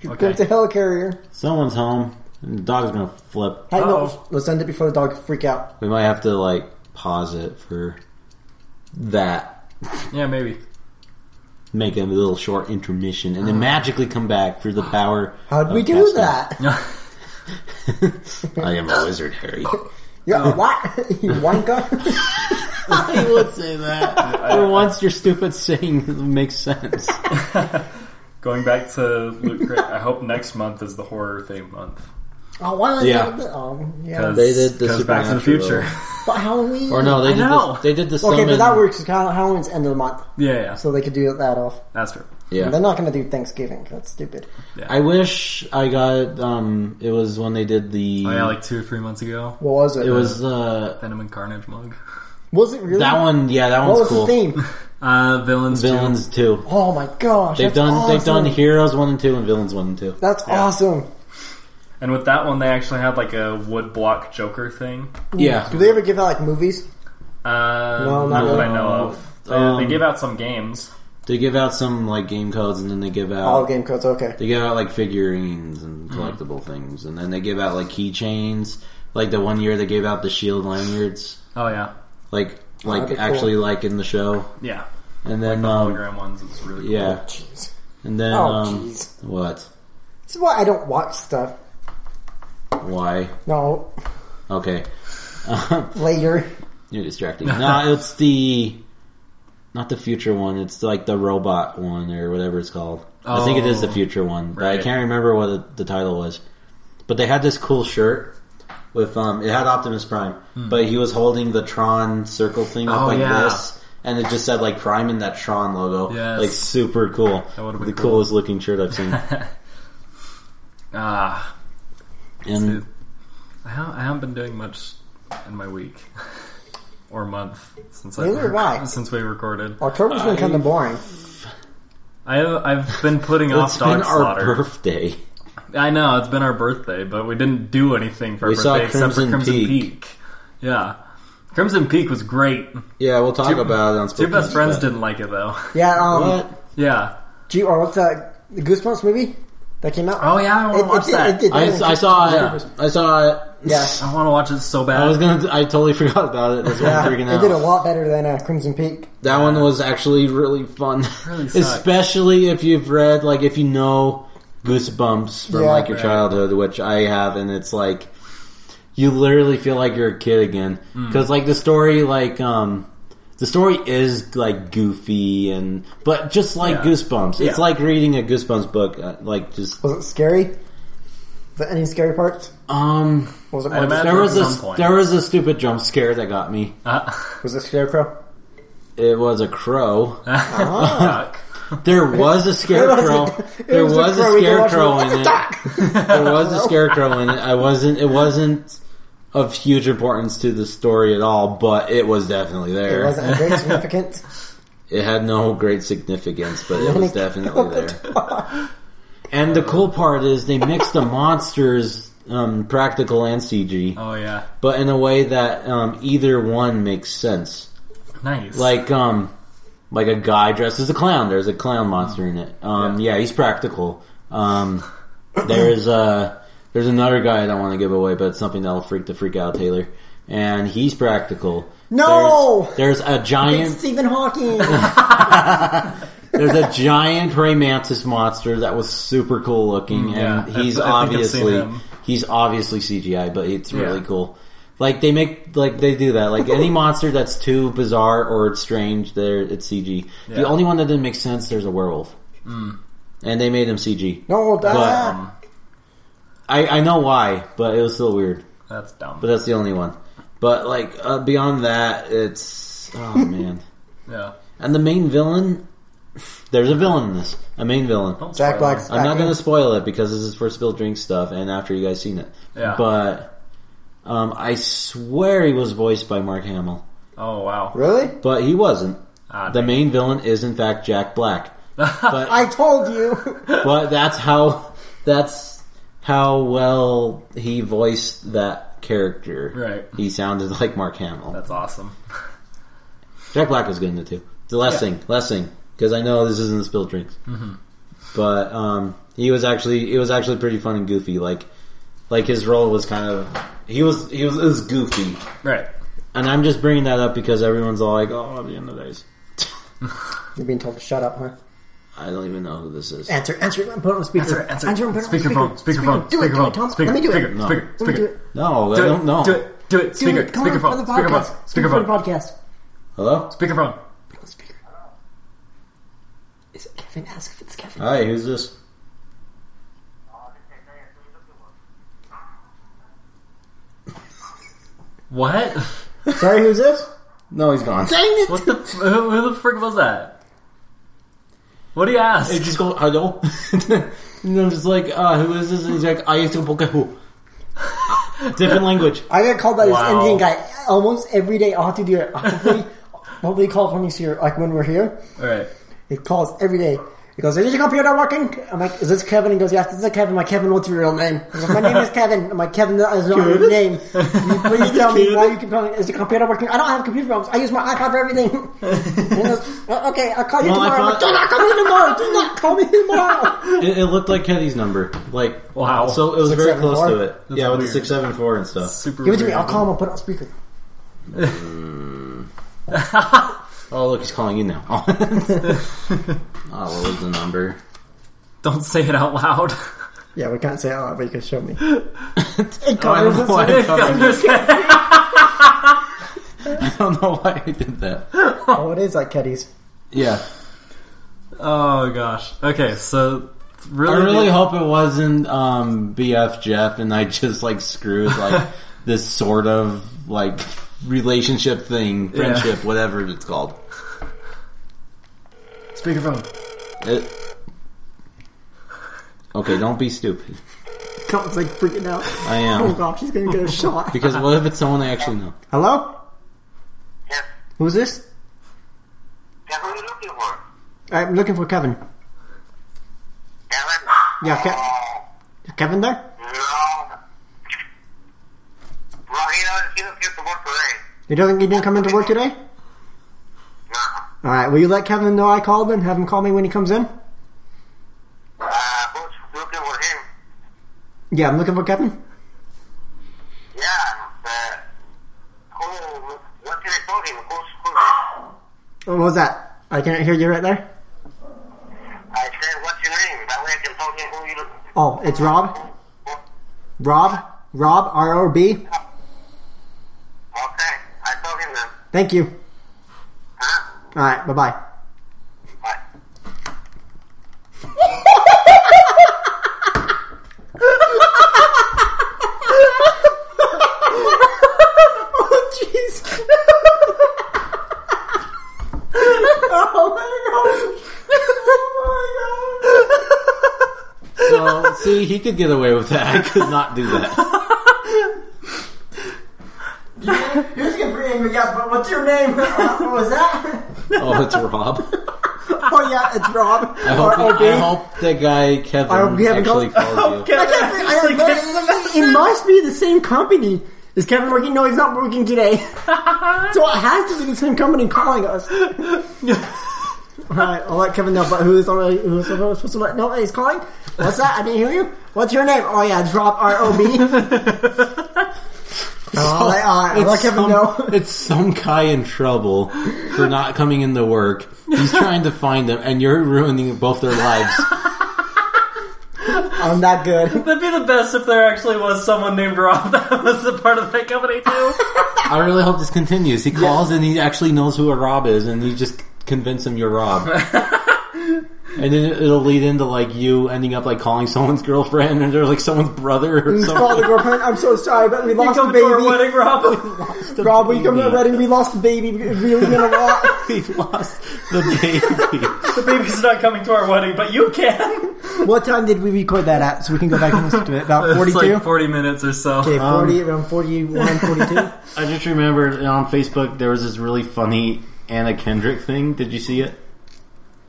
You're Okay. going to helicarrier. Someone's home. The dog's gonna flip. Hey, Oh. no, let's end it before the dog freak out. We might have to like pause it for that. Yeah, maybe. Make a little short intermission and then magically come back through the power. Ah. How'd of we do Oh, casting. that? I am a wizard, Harry. You're Oh. a what? you wanker? I would say that. For once, your stupid saying makes sense. Going back to Loot Crate, I hope next month is the horror theme month. oh, why Yeah. Oh, yeah. Because They did the Back to the Supernatural. Future. But Halloween. Or no, they I did. know. The, they did the Okay, but summon- that works. 'cause Hall- Halloween's end of the month, yeah, yeah. so they could do that off. That's true. Yeah. They're not going to do Thanksgiving. 'cause That's stupid. I wish I got. Um, it was when they did the. Oh, yeah, like two or three months ago. What was it? it was uh, Venom and Carnage mug. Was it really? that one. Yeah, that What one's was cool. the theme? Uh, villains. too. Villains too. Oh my gosh! They've that's done. They've awesome. done heroes one and two and villains one and two. That's awesome. And with that one, they actually had like a wood block Joker thing. Yeah. Do they ever give out like movies? Uh, No, not not that really. I know of. They, Um, they give out some games. They give out some like game codes and then they give out. All game codes. Oh, Okay. Oh. They give out like figurines and collectible things, and then they give out like keychains. Like the one year they gave out the shield lanyards, Oh yeah, like like Oh, that'd be cool. actually like in the show, yeah. and then um, Hologram ones is really cool. yeah, Oh, Jeez. and then Oh, um, jeez. what? This is why I don't watch stuff. Why? No, Okay, Um, later. you're distracting. no, it's the not the future one. It's like the robot one or whatever it's called. I think it is the Oh, future one, but I right. can't remember what the, the title was. But they had this cool shirt with um, it had Optimus Prime, but he was holding the Tron circle thing up Hmm. Oh, like yeah. this, and it just said like Prime in that Tron logo. Yes. like super cool. That would've the been cool. coolest looking shirt I've seen. Ah, and dude. I haven't, I haven't been doing much in my week or month since I Neither have I. since we recorded. October's been kind of boring. I I've been putting it's off been dog our slaughter. birthday. I know it's been our birthday, but we didn't do anything for our We saw birthday except for Crimson Crimson Peak. Peak. Yeah, Crimson Peak was great. Yeah, we'll talk Two- about it on Two Spoken best friends Spec. didn't like it though. Yeah. Um. What? Yeah. Gee, or what's that? The Goosebumps movie that came out. Oh yeah, I want to watch that. It, it, I, I saw it. Yeah. I saw it. Yeah. I want to watch it so bad. I was gonna. I totally forgot about it. That's why Yeah, I'm freaking out. it did a lot better than uh, Crimson Peak. That one was actually really fun, Really sucked. especially if you've read like if you know Goosebumps from Yeah. like your Right. childhood, which I have, and it's like you literally feel like you're a kid again Hmm. because like the story like um the story is like goofy and but just like Yeah. Goosebumps, it's Yeah. like reading a Goosebumps book, uh, like just Was it scary? Was there any scary parts? um. Or was it I more just- imagine- There was at a some point. there was a stupid jump scare that got me. Ah. was it Scarecrow? It was a crow. Uh-huh. Yuck. There was a scarecrow. it there was a was a crow. We can watch scarecrow it. in it. Attack! There was a scarecrow in it. I wasn't. It wasn't of huge importance to the story at all, but it was definitely It there. wasn't of great significance. It had no great significance, but it was Like, definitely there. And the cool part is they mixed the monsters, um, practical and CG, Oh yeah. but in a way that um, either one makes sense. Nice. like um like a guy dressed as a clown there's a clown monster in it um yeah, he's practical um there's uh there's another guy I don't want to give away but it's something that'll freak the freak out Taylor and he's practical No! there's, there's a It's giant Stephen Hawking! there's a giant praying mantis monster that was super cool looking Mm, yeah. and I- he's I think I've seen obviously him. he's obviously CGI but it's really Yeah. cool like they make like they do that like any monster that's too bizarre or strange there it's CG Yeah. Mm. the only one that didn't make sense there's a werewolf and they made him CG no, that, But, I, I know why but it was still weird That's dumb. but that's the only one but like uh, beyond that it's oh man yeah. and the main villain there's a villain in this a main villain Don't Jack spoil Black's it. I'm not Batman. going to spoil it because this is for spilled drink stuff, and after you guys seen it. Yeah. But um, I swear he was voiced by Mark Hamill, Oh wow. Really? but he wasn't. Ah, The main villain is in fact Jack Black, but I told you! but that's how that's how well he voiced that character. Right. He sounded like Mark Hamill. That's awesome. Jack Black was good in it too. The last thing, last thing, because I know this isn't the spilled Mm-hmm. drinks, but um, he was actually it was actually pretty fun and goofy. Like Like his role was kind of he was he was, it was goofy, Right. and I'm just bringing that up because everyone's all like, "Oh, at the end of the days, You're being told to shut up, huh? I don't even know who this is." Answer, answer. I'm putting it on speaker. Answer, I'm putting it Speakerphone. on speaker. Speakerphone. Do it, do it, Speakerphone. Tom. Speaker. Let me do Speaker. it. No. Speaker. Let me do Speaker. it. No, I Do don't know. it. Do it. Do it. Do Speaker. it. Come on, on the Speakerphone. Speakerphone. podcast. Speak for the Speakerphone. podcast. Hello. Speakerphone. Speaker. Is it Kevin? Ask if it's Kevin. Hi, who's this? What? Sorry, who's this? No, he's gone. Dang it! What the? f- Who, who the frick was that? What do you ask? They just go, hello? and I'm just like, uh, who is this? And he's like, I used to poke who. Different language. I get called by Wow. this Indian guy almost every day. I'll have to do it. Hopefully, hopefully, he calls when he's here, like when we're here. All right. He calls every day. He goes, "Is your computer not working?" I'm like, "Is this Kevin?" He goes, "Yes, this is Kevin." I'm like, "Kevin, what's your real name?" He's like, "My name is Kevin." I'm like, "Kevin, that is not your Kevin? name. Can you please tell me why you keep calling? Is the computer working? I don't have computer problems. I use my iPad for everything." And he goes, "Oh, "Okay, I'll call you Well, I tomorrow." I'm like, thought- "Do not call me tomorrow. Do not call me tomorrow." It, it looked like Kenny's number. Like, Wow. So it was Six, very seven, close four? to it. yeah, with weird. 674 and stuff. Super. Give it to me. weird. I'll call him. I'll put it on speaker. Oh, look, he's calling you now. oh, what was the number? Don't say it out loud. Yeah, we can't say it out loud, but you can show me. Oh, I, don't know why I, thought- Understand? I don't know why I did that. Oh, it is like Keddies. Yeah. oh gosh. Okay. So I really, really hope it wasn't um, BF Jeff and I just like screwed like this sort of like relationship thing, friendship, whatever it's called. speakerphone. It- Okay, don't be stupid. Tom's like freaking out. I Oh am. god, she's gonna get a shot. Because what if it's someone I actually know? Hello? Yes. Who's this? Yeah, who are you looking for? I'm looking for Kevin. Kevin? Yeah, Ke- is Kevin there? No. Well, he doesn't, he doesn't get to work today. He doesn't. He didn't come into work today. No. All right. Will you let Kevin know I called and have him call me when he comes in? Uh, who's looking for him? Yeah, I'm looking for Kevin. Yeah, uh, who, what did I tell him? Who's, who's this? What was that? I can't hear you right there. I said, what's your name? That way I can tell him who you look Oh, it's Rob. for. Rob. Rob. R O B. Okay, I told him then. Thank you. Huh? All right. Bye bye. Bye. Oh jeez. oh my god. So see, he could get away with that. I could not do that. You're just gonna pretty angry, yeah, but what's your name? Uh, what was that? Oh, it's Rob. oh yeah, it's Rob. I hope, or OB. I hope that guy Kevin I hope you haven't actually called- Oh, called you. I can't think- I Like, that's it, it must be the same company. Is Kevin working? No, he's not working today. so it has to be the same company calling us. Alright, I'll let Kevin know, but who's already, who's supposed to let, no, he's calling? What's that? I didn't hear you? What's your name? Oh yeah, drop R-O-B. I'll let, I'll let Kevin some, know. it's some guy in trouble for not coming into work. He's trying to find them, and you're ruining both their lives. I'm that good. That'd be the best if there actually was someone named Rob that was a part of that company too. I really hope this continues. He calls and he actually knows who a Rob is, and you just convince him you're Rob. and then it'll lead into like you ending up like calling someone's girlfriend, or like someone's brother, or He's called the something. girlfriend. I'm so sorry, but we you lost a come to our baby. wedding, Rob. Rob, will you come to our baby. wedding? We lost the baby. We really gonna walk. he lost the baby. the baby's not coming to our wedding, but you can. What time did we record that at? So we can go back and listen to it. About 42? It's like forty minutes or so. okay, 40, around 41, 42. I just remembered on Facebook there was this really funny Anna Kendrick thing. Did you see it?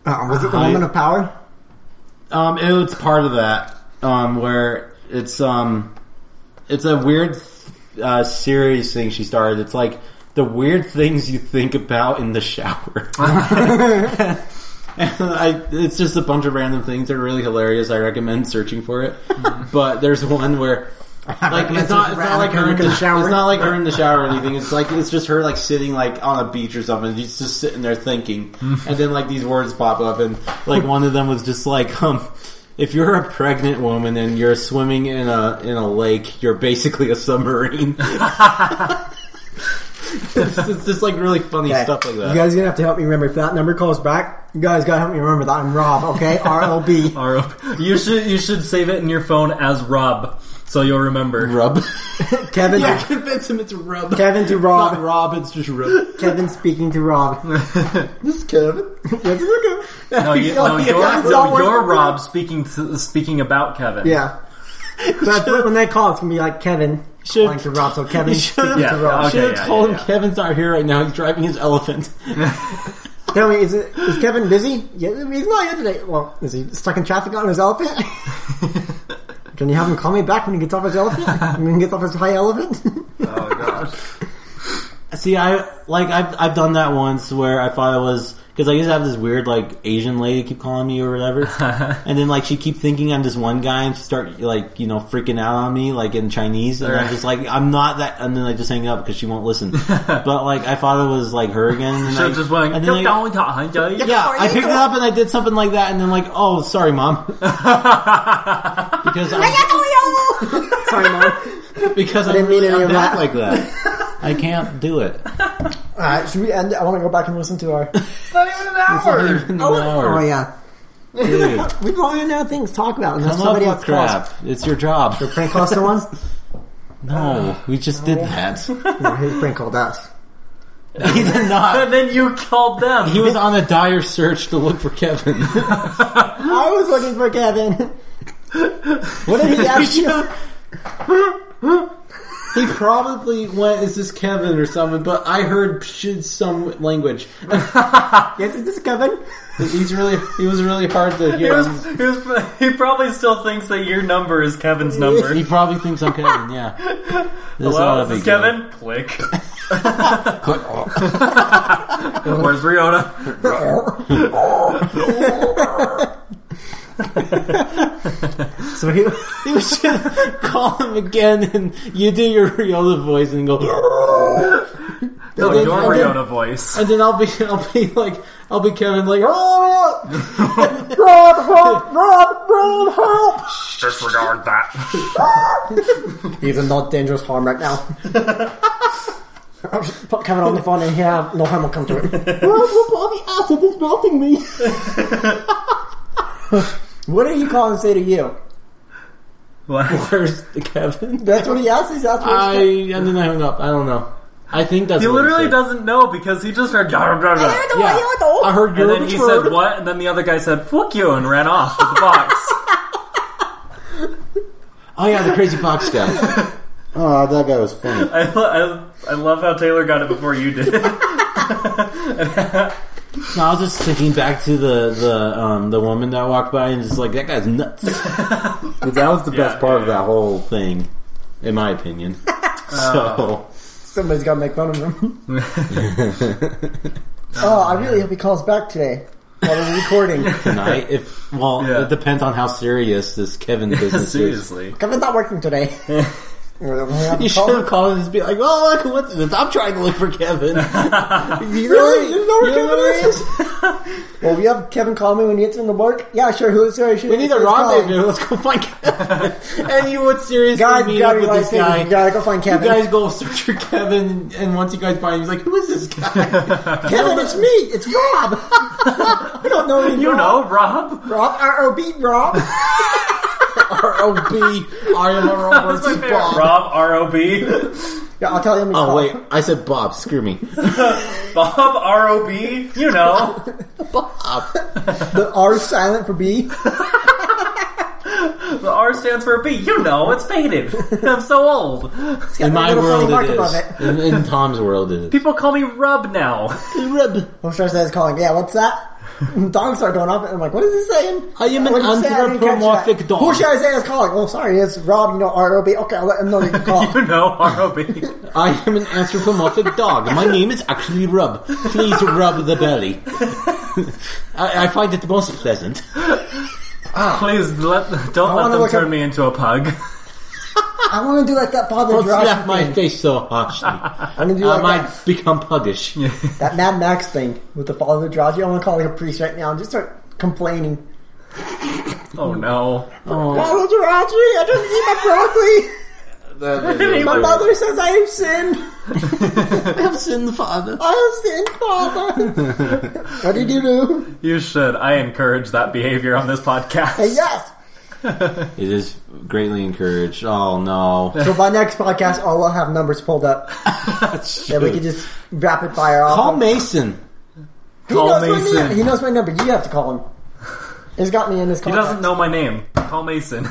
Uh, was it the I- Woman of Power? Um, it was part of that. Um, where it's um, it's a weird uh, series thing she started. It's like the weird things you think about in the shower. And I, it's just a bunch of random things. They're really hilarious. Mm-hmm. I recommend searching for it. but there's one where Like it's not, it's not like her in the shower. It's not like her in the shower or anything. It's like it's just her like sitting like on a beach or something. She's just sitting there thinking, and then like these words pop up, and like one of them was just like, um, if you're a pregnant woman and you're swimming in a in a lake, you're basically a submarine. it's, it's just like really funny stuff like that. You guys are gonna have to help me remember if that number calls back. You guys gotta help me remember that I'm Rob, okay? R L B. Rob. You should you should save it in your phone as Rob, so you'll remember. Rub. Kevin, yeah, convince him it's rub. Kevin to Not Rob. Rob, it's just rub. Kevin speaking to Rob. This is Kevin. Let's look at- No, you, No, no, yeah, you're, that's no, not worth you're it. Rob speaking to, speaking about Kevin. Yeah. So I put- when they call, it's gonna be like Kevin Should- calling to Rob. So Kevin You should speaking have, Yeah, to Rob. okay, should have yeah, told yeah, him yeah. Kevin's not here right now. He's driving his elephant. Tell me, is, it, is Kevin busy? Yeah, he's not here today. Well, is he stuck in traffic on his elephant? Can you have him call me back when he gets off his elephant? When he gets off his high elephant? Oh gosh. See, I like I've I've done that once where I thought I was because I used to have this weird like Asian lady keep calling me or whatever, and then like she keep thinking I'm just one guy and she start like you know freaking out on me like in Chinese, and I'm Right. just like I'm not that, and then I just hang up because she won't listen. but like I thought it was like her again, and, So I, just like, and then I, yeah. yeah, I picked it up and I did something like that, and then like oh sorry mom, because I'm, Sorry, mom. because I'm didn't mean really any I'm of that. bad like that. I can't do it. All right, Uh, should we end? it? I want to go back and listen to our. No. Oh yeah, Dude. we've only now things to talk about, and that's Come up somebody with else calls. crap. It's your job. Prank calls someone. No, we just did that. No, he prank called us. he did not. And then you called them. He was on a dire search to look for Kevin. I was looking for Kevin. What did he ask you? he probably went, "Is this Kevin or something?" But I heard shit some language. Yes, is this Kevin? He's really, he was really hard to He hear. was, he was- he probably still thinks that your number is Kevin's number. He probably thinks I'm Kevin. Yeah. This Hello, oughta this is be good. Kevin. Click. Where's Riona? So he. You should call him again, and you do your Riola voice and go. No, then- Oh, your and then- Riona voice. And then I'll be, I'll be like, I'll be Kevin, like, oh, Rob, Rob, Rob, Rob, help! Disregard that. He's in not dangerous harm right now. I'll just put Kevin on the phone and yeah, no harm will come to it. Bobby acid is melting me. what did he call and say to you? What? where's the Kevin? That's what he asked. He's asked. I I... and then I hung up. I don't know. I think that's He what literally said. doesn't know because he just heard. Yeah. I heard And your then he said what? And then the other guy said "fuck you" and ran off with the box. Oh yeah, the crazy box guy. oh, that guy was funny. I, lo- I, I love how Taylor got it before you did. No, I was just thinking back to the the um, the woman that walked by and just like that guy's nuts. But that was the best part of that whole thing, in my opinion. So Somebody's got to make fun of him. oh, I really hope he calls back today while we're recording. tonight, if well, Yeah. it depends on how serious this Kevin business is. Seriously. Kevin's not working today. You should have called and just be like, "Oh, look, what's this? I'm trying to look for Kevin." You really? You know where You know where he Kevin is? well, we have Kevin call me when he gets into work. Yeah, sure. Who is there? We need a rendezvous. Let's go find Kevin. and you would seriously Guys, meet gotta up with realize this things. guy. You gotta go find You Kevin. guys go search for Kevin, and once you guys find him, he's like, "Who is this guy?" Kevin, it's me. It's Rob. we don't know any You Rob. know, Rob. Rob, R O B, Rob. R O B R M R O That's my versus favorite. Bob. Rob R O B. Yeah, I'll tell him. Oh wait, I said Bob. Screw me, Bob R O B. You know. Bob. The R is silent for B. The R stands for B. You know, it's faded. I'm so old. It's got In a my little world, funny mark it above is. In, in Tom's world, it is. People call me Rub now. Rib. I'm sure says calling. Yeah, what's that? And Dogs start going off, and I'm like, what is he saying? I am an What did you say? I didn't catch anthropomorphic that. dog. Who should I say is calling? Oh, sorry, it's Rob, you know, R-O-B. Okay, I'll let him know you can call. You know, R O B. I am an anthropomorphic dog. My name is actually Rub. Please rub the belly. I, I find it most pleasant. Please let don't wanna let them look turn up- me into a pug. I want to do like that Father Don't Josh slap thing. my face Uh, so harshly. I I'm gonna do like might that, become puggish. that Mad Max thing with the Father Josh. I want to call like a priest right now and just start complaining. Oh no. Father Jirachi, I don't eat my That broccoli. is My a- mother says I have sinned. I have sinned, Father. I have sinned, Father. what did you do? You should. I encourage that behavior on this podcast. Hey, yes. It is greatly encouraged. Oh no! So by next podcast, oh, we'll have numbers pulled up. Then we can just rapid fire off. Call them. Mason. He Call knows my Mason. number. He knows my number. You have to call him. He's got me in his He contact. doesn't know my name. Call Mason.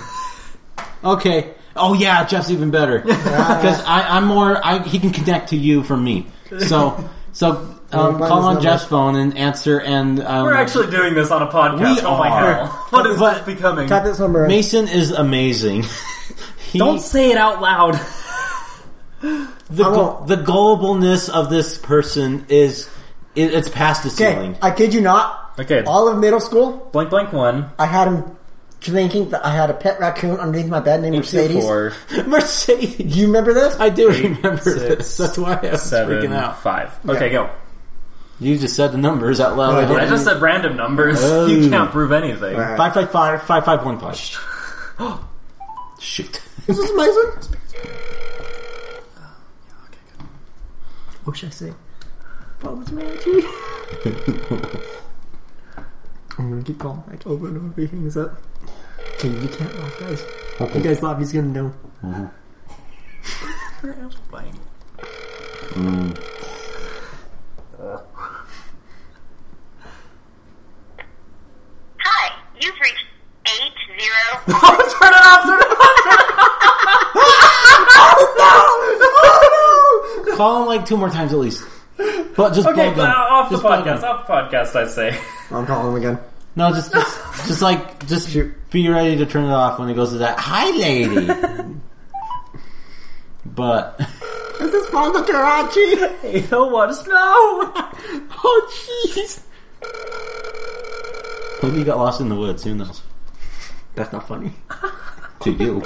Okay. Oh yeah, Jeff's even better because I'm more. I, he can connect to you from me. So so um, find his call on number. Jeff's phone and answer. And um, We're actually doing this on a podcast. We oh my are. hell. What is But- this becoming? Type this number. in. Mason is amazing. he, Don't say it out loud. the, I gu- won't. the gullibleness of this person is it, it's past the Okay, ceiling. I kid you not. Okay. All of middle school, Blank blank one. I had him thinking that I had a pet raccoon underneath my bed named Mercedes. Four, Mercedes. Do you remember this? I do remember six, this. That's why I was seven, freaking out. five. Okay, go. You just said the numbers out loud. No, I didn't. I just said random numbers. Oh. You can't prove anything. Alright. Five five five five five one five. Shoot. Is this amazing? What should I say? What was magic? I'm gonna keep calling back over and over. He hangs up. Okay, you can't laugh, guys. You guys laugh, he's gonna know. Hi, you've reached eight zero. turn it off. Turn it off. Call him like two more times at least. But just Okay, uh, bug him. off the Just bug him. podcast. Off the podcast, I say. I'm calling him again. No, just, just just like just Shoot. be ready to turn it off when it goes to that hi lady. but Is this Father Karachi? He don't want snow. Oh, jeez. maybe you got lost in the woods. Who knows? That's not funny. To you.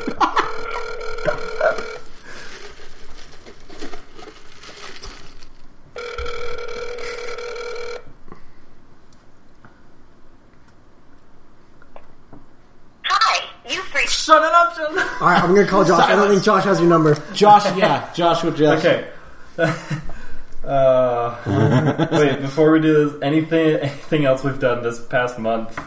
Hi, you've reached Shut it up. Shut it up. Alright, I'm gonna call Josh. I don't think Josh has your number. Josh, yeah, Josh with Josh. Okay. uh, wait, before we do this, anything anything else we've done this past month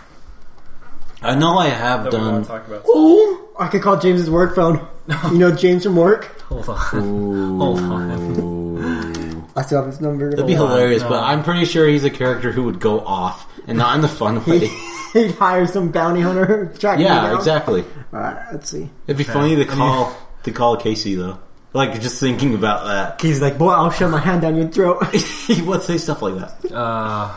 I know I have that we done. want to talk about? Oh, I could call James's work phone. You know James from work? Hold on. Hold on. I still have his number. That'd be hilarious, but I'm pretty sure he's a character who would go off and not in the fun way. He'd hire some bounty hunter. Track me yeah, down. exactly. Alright, let's see. It'd be funny to call to call Casey though. Like just thinking about that. He's like, boy, I'll shove my hand down your throat. he would say stuff like that. Uh,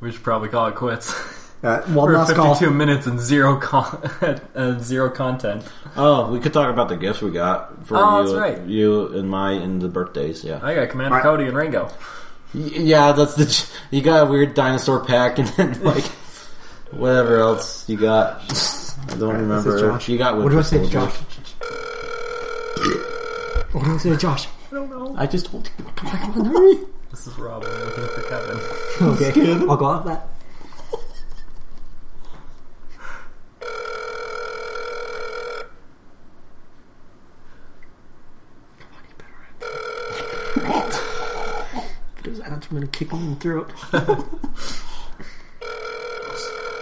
we should probably call it quits. Alright, one We're at last call. 52 minutes and zero con- and zero content. Oh, we could talk about the gifts we got for Oh, you, that's right. you and my and the birthdays. Yeah, I got Commander Alright. Cody and Ringo. Y- yeah, that's the ch- you got a weird dinosaur pack and then like whatever else you got. I This don't remember. is Josh. You got what do I say to Winter Josh? Soldier. What do I say to Josh? I don't know. I just told you. Hurry. This is Rob. I'm looking for Kevin. Okay, I'll go off that. If it was Alex, I'm gonna kick him in the throat.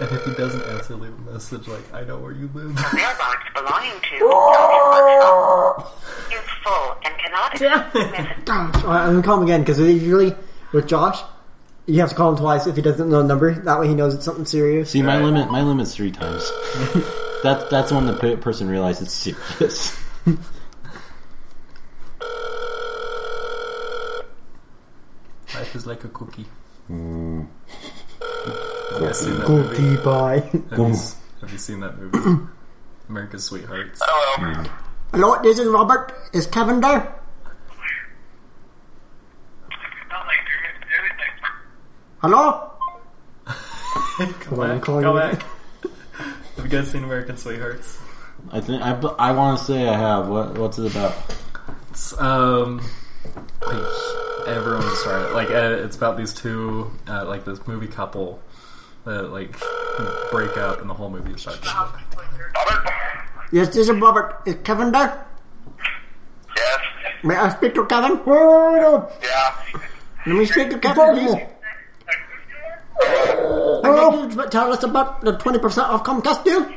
And if he doesn't answer, leave a message like, I know where you live. mailbox belonging to Dr. Is full and cannot accept message. Gosh, all right, I'm gonna call him again because usually with Josh, you have to call him twice if he doesn't know the number. That way he knows it's something serious. See, my Right. limit, my limit's three times. that that's when the pe- person realizes it's serious. Life is like a cookie. Have you seen that movie? Goodie bye. Have you, s- have you seen that movie? America's Sweethearts. Hello. Hello, this is Robert. Is Kevin there? Hello? Come on, back, I'm calling come you. back. Have you guys seen American Sweethearts? I think I, I want to say I have. What what's it about? It's, um, like everyone was started like uh, it's about these two uh, like this movie couple that like break up and the whole movie is started. Yes, this is Robert. Is Kevin there? Yes. May I speak to Kevin? Yeah. Let me speak to Kevin, please. Can you exp- tell us about the 20% off Comcast deal? Yes.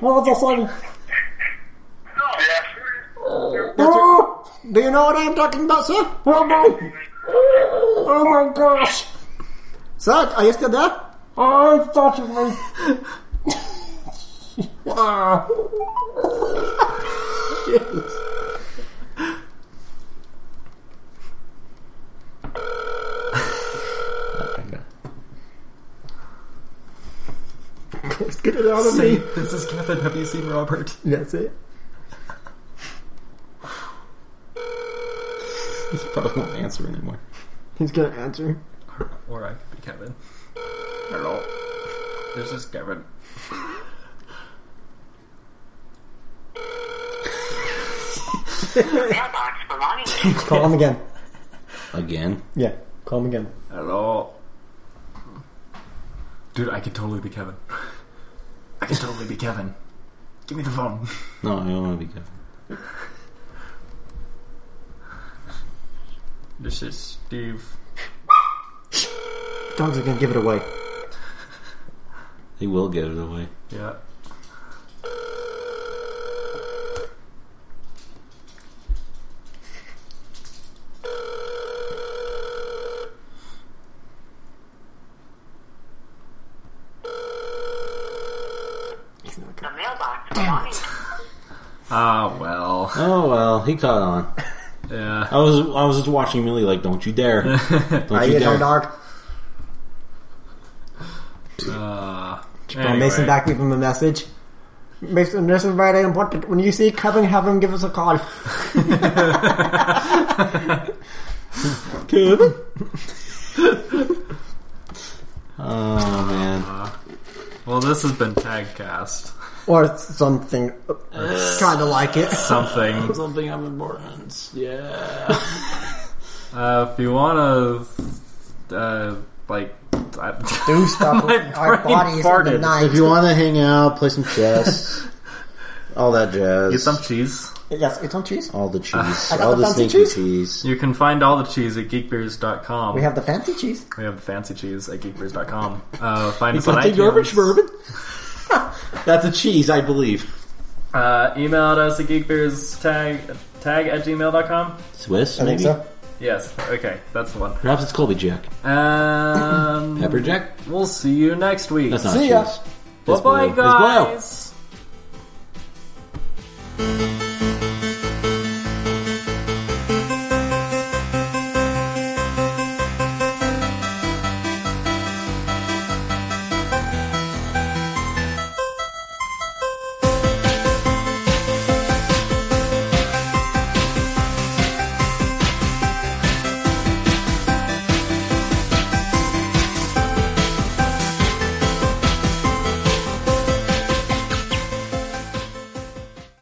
That's it. Oh! Do you know what I'm talking about, sir? Oh my, oh my gosh. Sir, are you still there? I thought you were. Get it out of Say, me. this is Kevin. Have you seen Robert? That's it. It's probably won't answer anymore. He's gonna answer. Or I could be Kevin. Hello. This is Kevin. Mailbox belonging to Call him again. Again? Yeah, call him again. Hello. Dude, I could totally be Kevin. I could totally be Kevin. Give me the phone. No, I don't want to be Kevin. This is Steve. Dogs are gonna give it away. He will get it away. Yeah. the mailbox belonging to Ah, well. Oh well, he caught on. Yeah. I was I was just watching Millie like, don't you dare, don't I you get her dare. dog. Uh, Well, Mason back gave him a message. Mason, this is very important. When you see Kevin, have him give us a call. Kevin. oh man, Well, this has been Tagcast. Or something. kind of like it. Something. something of importance. Yeah. Uh, if you want to, uh, like, I, Do stuff My with our brain bodies in the farted. night. If you want to hang out, play some chess, all that jazz, get some cheese. Yes, it's on cheese. all the cheese, I got all the the fancy sneaky cheese. cheese. You can find all the cheese at geekbeers.com. We have the fancy cheese. we have the fancy cheese at geekbeers.com. Uh, find us on Something iTunes. garbage bourbon. That's a cheese, I believe. Uh, email us at geekbeers tag, tag at gmail.com. Swiss, I think maybe. so. Yes, okay, that's the one. Perhaps it's Colby Jack. Um, Pepper Jack. We'll see you next week. That's not See cheese. ya. It's Bye-bye, blue. It's blue. guys.